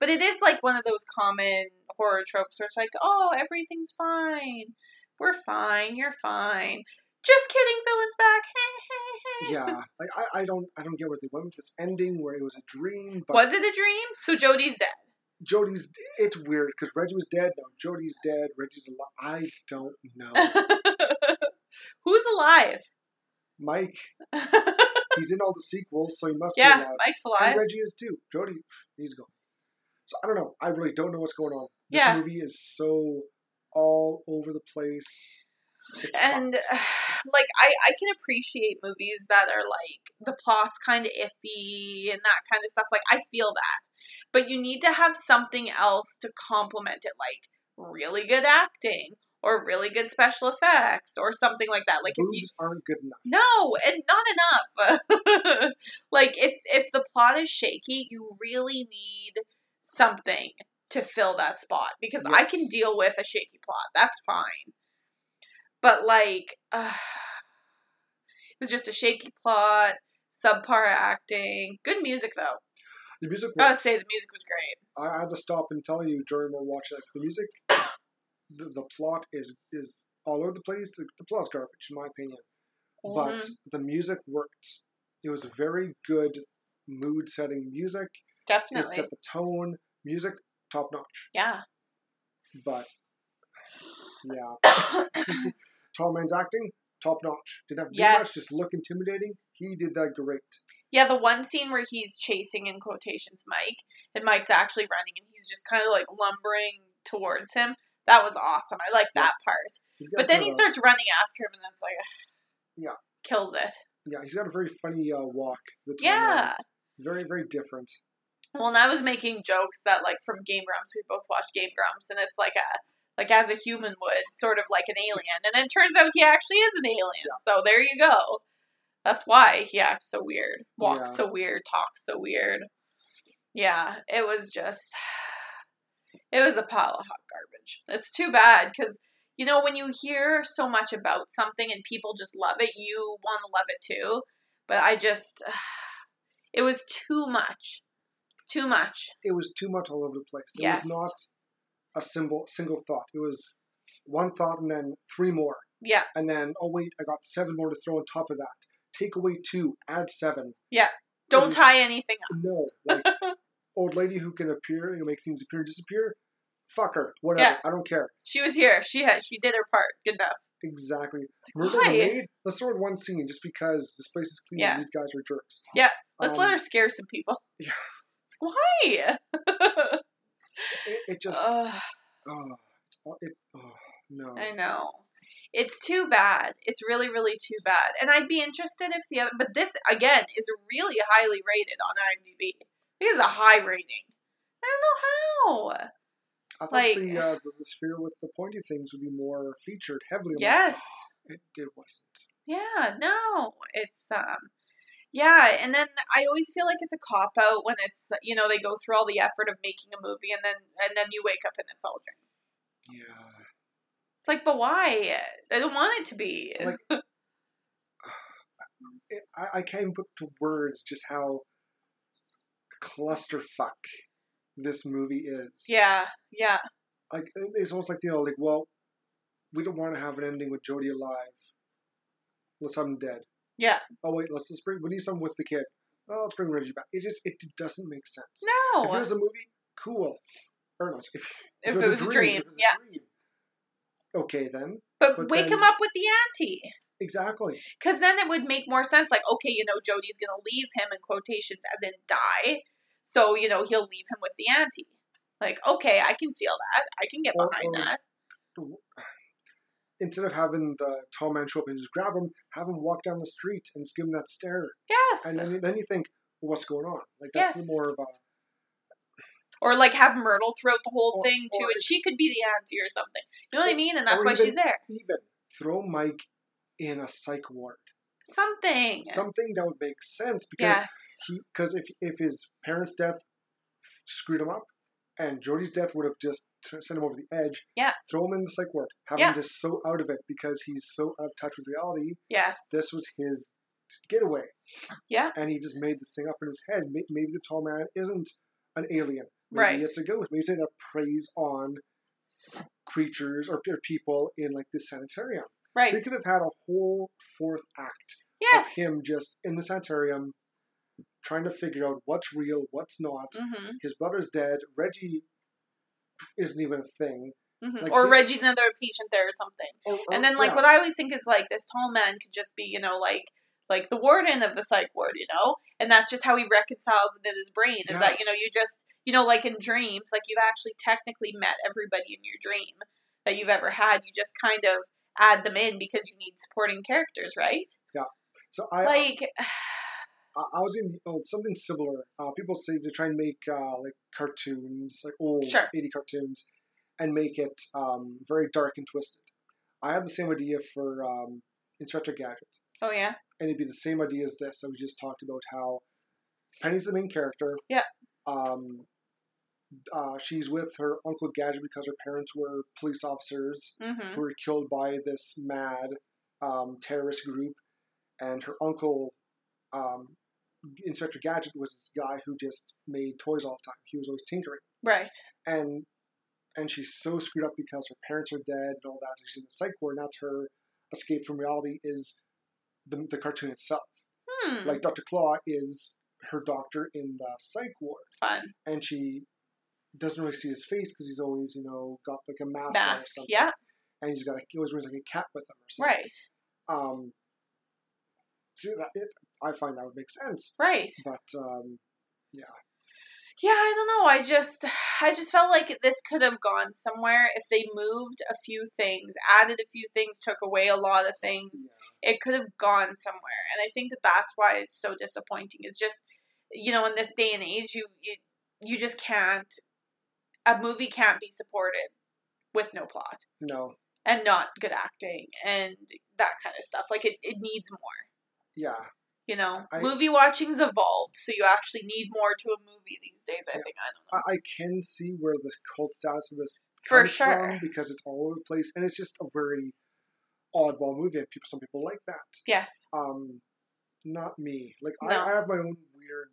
But it is like one of those common horror tropes where it's like, oh, everything's fine. We're fine. You're fine. Just kidding, villains back.
yeah, like I, I don't I don't get where they went with this ending where it was a dream. But
Was it a dream? So Jody's dead.
Jody's it's weird because Reggie was dead. No, Jody's dead. Reggie's alive. I don't know. Oh.
Who's alive?
Mike, he's in all the sequels, so he must be
yeah,
alive.
Mike's
And
alive.
Reggie is too. Jody, he's gone. So I don't know. I really don't know what's going on. This
Yeah.
movie is so all over the place. It's
And uh,
fucked.
like I, I can appreciate movies that are like the plot's kind of iffy and that kind of stuff. Like I feel that, but you need to have something else to complement it, like really good acting or really good special effects or something like that. Like if you
boobs aren't good enough.
No, and not enough. like if if the plot is shaky, you really need something to fill that spot because I can
Yes.
deal with a shaky plot. That's fine. But like it was just a shaky plot, subpar acting. Good music though.
The music.
Gotta
works.
say the music was great.
I I had to stop and tell you during we're watching like, the music. the, the plot is is all over the place. The, the plot's garbage, in my opinion. But
Mhm,
the music worked. It was very good mood setting music. It
definitely.
set the tone. Music top notch.
yeah.
But yeah, Tall Man's acting top notch. Didn't have to do
Yes.
much. Just look intimidating. He did that great.
Yeah, the one scene where he's chasing in quotations Mike, and Mike's actually running, and he's just kind of like lumbering towards him. That was awesome. I like that part.
He's got
But then
kind
he
of a- uh,
starts running after him, and that's like,
Yeah.
kills it.
Yeah, he's got a very funny uh, walk. The Tall Man.
Yeah.
very very different.
Well, and I was making jokes that like from Game Grumps, we both watched Game Grumps, and it's like a like as a human would, sort of like an alien, and it turns out he actually is an alien. So there you go. That's why he acts so weird, walks
Yeah.
so weird, talks so weird. Yeah, it was just it was a pile of hot garbage. It's too bad because you know when you hear so much about something and people just love it, you want to love it too. But I just it was too much too much.
it was too much all over the place. It
Yes.
was not a symbol, single thought. It was one thought and then three more.
Yeah,
And then, oh, wait, I got seven more to throw on top of that. Take away two, add seven.
don't
was-
tie anything up.
No. Like, old lady who can appear, who make things appear and disappear, fuck her. Whatever.
Yeah.
I don't care.
She was here. She had. She did her part. Good enough.
Exactly.
It's like,
Murder the
why?
maid? Let's throw in one scene just because this place is clean
Yeah.
and these guys are jerks.
Yeah. Let's
Um,
let her scare some people.
Yeah.
It's like, why?
It, it just,
Ugh,
oh, it's, all- it, oh, no.
I know. It's too bad. It's really, really too bad. And I'd be interested if the other, but this again is really highly rated on IMDb. It is a high rating. I don't know how.
I thought
like-
the, uh, the, the sphere with the pointy things would be more featured heavily. on the-
Yes.
It, it wasn't.
Yeah, no, it's um, yeah, and then I always feel like it's a cop out when it's you know they go through all the effort of making a movie and then and then you wake up and it's all a dream.
Yeah.
It's like, but why? I don't want it to be.
Like- It, I, I can't even put to words just how clusterfuck this movie is.
yeah, yeah,
Like, it- it's almost like, you know, like, well, we don't want to have an ending with Jody alive. Let's have him dead.
yeah.
Oh, wait, let's just bring, we need someone with the kid. Oh, let's bring Reggie back. It just, it doesn't make sense.
No,
If it was a movie, cool. Or not, if,
if, it was a dream,
if it was a
yeah.
dream. Okay, then.
But,
but
wake
then-
him up with the ante,
Exactly.
because then it would make more sense. Like, okay, you know, Jody's gonna leave him in quotations as in die, so you know he'll leave him with the ante. Like, okay, I can feel that. I can get
Or-
behind
or-
that.
Instead of having the tall man show up and just grab him, have him walk down the street and just give him that stare.
Yes.
And then, you- then you think, well, what's going on? Like that's
Yes.
more of a
or like have Myrtle throughout the whole
Or-
thing too,
or
and she
it's-
could be the auntie or something. You know what I
Or-
mean? And that's
or
why
even-
she's there.
even throw Mike in a psych ward,
Something.
something that would make sense because
yes.
he because if if his parents' death f- screwed him up, and Jody's death would have just t- sent him over the edge.
Yeah.
throw him in the psych ward, have
Yeah.
him just so out of it because he's so out of touch with reality.
Yes.
This was his getaway.
yeah.
and he just made this thing up in his head. May- Maybe the tall man isn't an alien. Maybe
Right.
it's a ghost. Maybe it's a preys on creatures or, or people in like this sanitarium.
Right.
They could have had a whole fourth act
Yes.
of him just in the sanitarium trying to figure out what's real, what's not.
Mm-hmm.
His brother's dead. Reggie isn't even a thing.
hmm
Like
or
the-
Reggie's another patient there or something.
Or- or-
Oh, And then like
yeah.
what I always think is like this tall man could just be, you know, like like the warden of the psych ward, you know? And that's just how he reconciles it in his brain is
Yeah.
that, you know, you just you know, like in dreams, like you've actually technically met everybody in your dream that you've ever had. You just kind of add them in because you need supporting characters, right?
so I, uh,
like
I, I was in well, something similar. Uh, people say to try and make uh, like cartoons, like old
Sure.
80 cartoons, and make it um, very dark and twisted. I had the same idea for um, Inspector Gadget,
Oh yeah.
and it'd be the same idea as this that we just talked about. How Penny's the main character.
Yeah.
Um, uh, she's with her uncle Gadget because her parents were police officers
Mm-hmm.
who were killed by this mad um, terrorist group, and her uncle, um, Inspector Gadget, was this guy who just made toys all the time. He was always tinkering,
Right.
and and she's so screwed up because her parents are dead and all that. She's in the psych ward, and that's her escape from reality is the, the cartoon itself.
Hmm.
Like Dr. Claw is her doctor in the psych ward,
Fun.
and she doesn't really see his face because he's always you know got like a mask, on or
Mask.
something
Yeah.
and he's got a, he always wears like a cap with him or something.
Right.
Um, see, that, it, I find that would make sense,
Right.
but um,
Yeah, I don't know. I just I just felt like this could have gone somewhere if they moved a few things, added a few things, took away a lot of things. It could have gone somewhere. And I think that that's why it's so disappointing. It's just you know, in this day and age, you you, you just can't a movie can't be supported with no plot
no,
and not good acting and that kind of stuff. Like it, it needs more.
yeah,
You know,
I-
movie watching's evolved, so you actually need more to a movie these days. I
Yeah.
think I don't know.
I, I can see where the cult status of this
For
comes
sure.
from because it's all over the place, and it's just a very oddball movie, and people, some people like that.
Yes.
Um, not me. Like
No.
I, I have my own weird,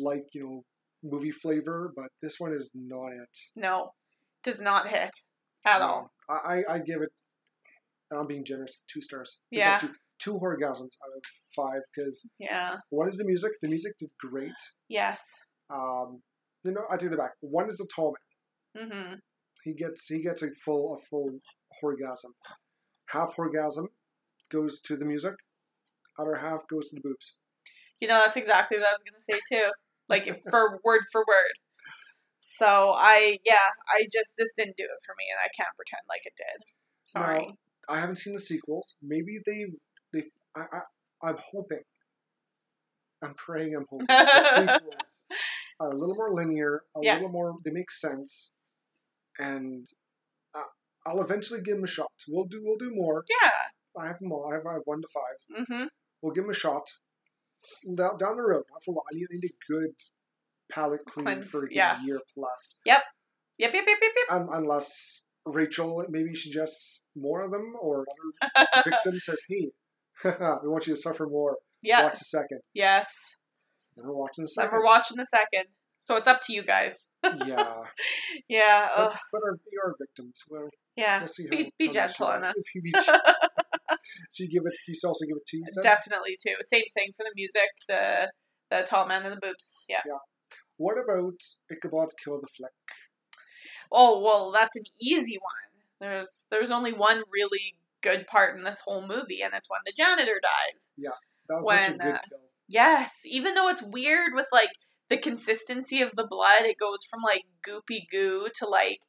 like you know, movie flavor, but this one is not it.
No, does not hit at
No.
all.
I, I I give it, and I'm being generous, two stars. We got
Yeah.
Two, two orgasms out of five because
Yeah.
one is the music. The music did great.
Yes.
Um, you know, I take it back. One is the tall man.
Mm-hmm.
He gets he gets a full a full orgasm. Half orgasm goes to the music. Other half goes to the boobs.
You know, that's exactly what I was gonna say too. Like if for word for word. So I yeah, I just this didn't do it for me, and I can't pretend like it did.
No.
Sorry.
I haven't seen the sequels. Maybe they they I, I I'm hoping. I'm praying. I'm hoping the sequels are a little more linear, a
Yeah.
little more. They make sense, and I, I'll eventually give them a shot. We'll do we'll do more.
Yeah.
I have them all. I have, I have one to five.
Mm-hmm.
We'll give them a shot down, down the road. Not for a while. I need, I need a good palate clean
Cleanse,
for a good
yes.
year plus.
Yep. Yep. Yep. Yep. Yep.
Un unless Rachel maybe suggests more of them or another victim says, "Hey, we want you to suffer more.
Yeah.
Watch a second.
Yes.
Then we're watching a
And
second.
we're watching the second, so it's up to you guys.
yeah,
Yeah.
but,
Oh,
but our, we are victims. Well,
yeah.
we'll see. How,
Be, be
how much
gentle
you
on
like.
us.
If you be gentle. so you give it. You also give it to you. said?
Definitely too. Same thing for the music, the the tall man and the boobs. Yeah.
What about Ichabod Kill the Flick?
Oh well, that's an easy one. There's there's only one really good part in this whole movie, and it's when the janitor dies.
That was such a
When,
good
uh,
kill.
Yes, even though it's weird with like the consistency of the blood, it goes from like goopy goo to like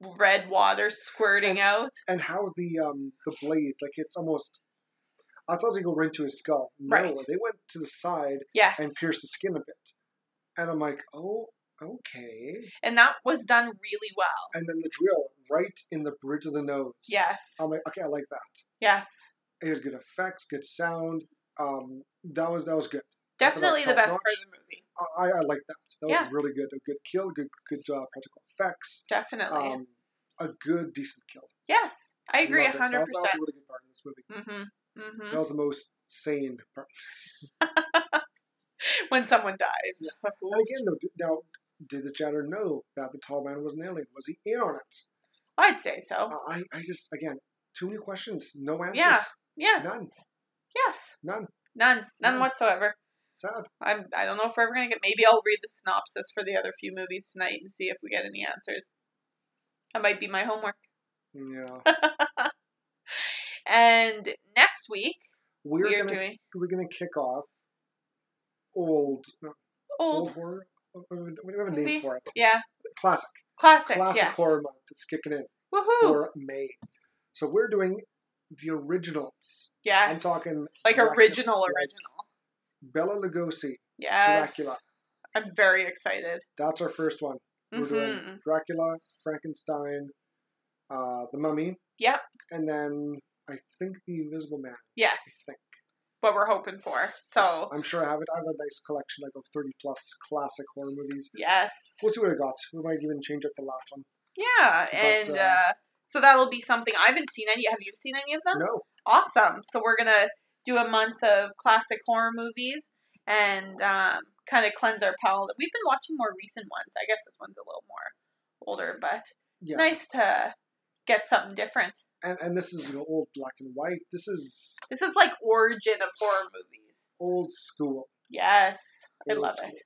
red water squirting out.
And how the um the blades like it's almost. I thought they go right into his skull. No,
Right.
they went to the side
Yes,
and pierced the skin a bit. And I'm like, oh, okay.
and that was done really well.
And then the drill right in the bridge of the nose.
Yes,
I'm like, okay, I like that.
yes,
It had good effects, good sound. Um, that was that was good. I thought that
definitely
was
the best
top-notch.
part of the movie.
I I like that. That
Yeah.
was really good. A good kill. Good good uh, practical effects.
Definitely,
Um, a good decent kill.
yes, I agree
Loved it.
hundred
That was, that was a
percent.
really good part in this movie.
Mm-hmm. Mm-hmm.
That was the most sane part.
When someone dies.
And again, though, did- now did the chatter know that the tall man was an alien? Was he in on it?
I'd say so.
Uh, I I just again Too many questions, no answers.
Yeah. Yeah.
None.
Yes.
None.
None. None
None.
whatsoever.
Sad.
I'm. I don't know if we're ever gonna get. Maybe I'll read the synopsis for the other few movies tonight and see if we get any answers. That might be my homework.
Yeah.
And next week
We're
we are
gonna
doing
we're gonna kick off old
old.
horror. We have a
Movie?
name for it.
Yeah,
Classic.
classic.
Classic
yes.
horror month. It's kicking in
Woohoo!
for May. So we're doing the originals.
yes.
I'm talking
like
Dracula-
original,
like
original.
Bella Lugosi.
Yes.
Dracula.
I'm very excited.
That's our first one. We're
hmm
doing Dracula, Frankenstein, uh, the Mummy,
Yep.
and then I think the Invisible Man. I
Yes.
think.
What we're hoping for. So
I'm sure I have it. I have a nice collection like of 30 plus classic horror movies.
yes.
We'll see what I got. We might even change up the last one.
Yeah.
But,
And
uh,
uh, so that'll be something I haven't seen any. Have you seen any of them?
No,
Awesome. So we're gonna do a month of classic horror movies and um, kind of cleanse our palate. We've been watching more recent ones. I guess this one's a little more older, but it's
yeah,
nice to get something different.
and and this is you know, old black and white. This is
This is like origin of horror movies.
old school.
Yes, I
Old
love
school.
it.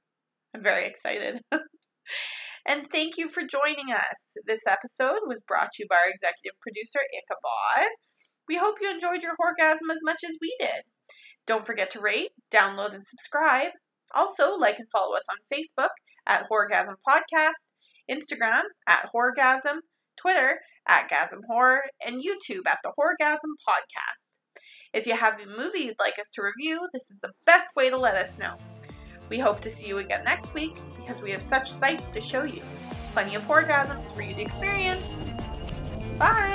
I'm very excited. and thank you for joining us. This episode was brought to you by our executive producer, Ichabod. We hope you enjoyed your orgasm as much as we did. Don't forget to rate, download, and subscribe. Also, like and follow us on Facebook at Horgasm Podcast, Instagram at Horgasm, Twitter at Gasm Horror, and YouTube at the Horgasm Podcast. If you have a movie you'd like us to review, this is the best way to let us know. We hope to see you again next week because we have such sights to show you. Plenty of orgasms for you to experience. Bye!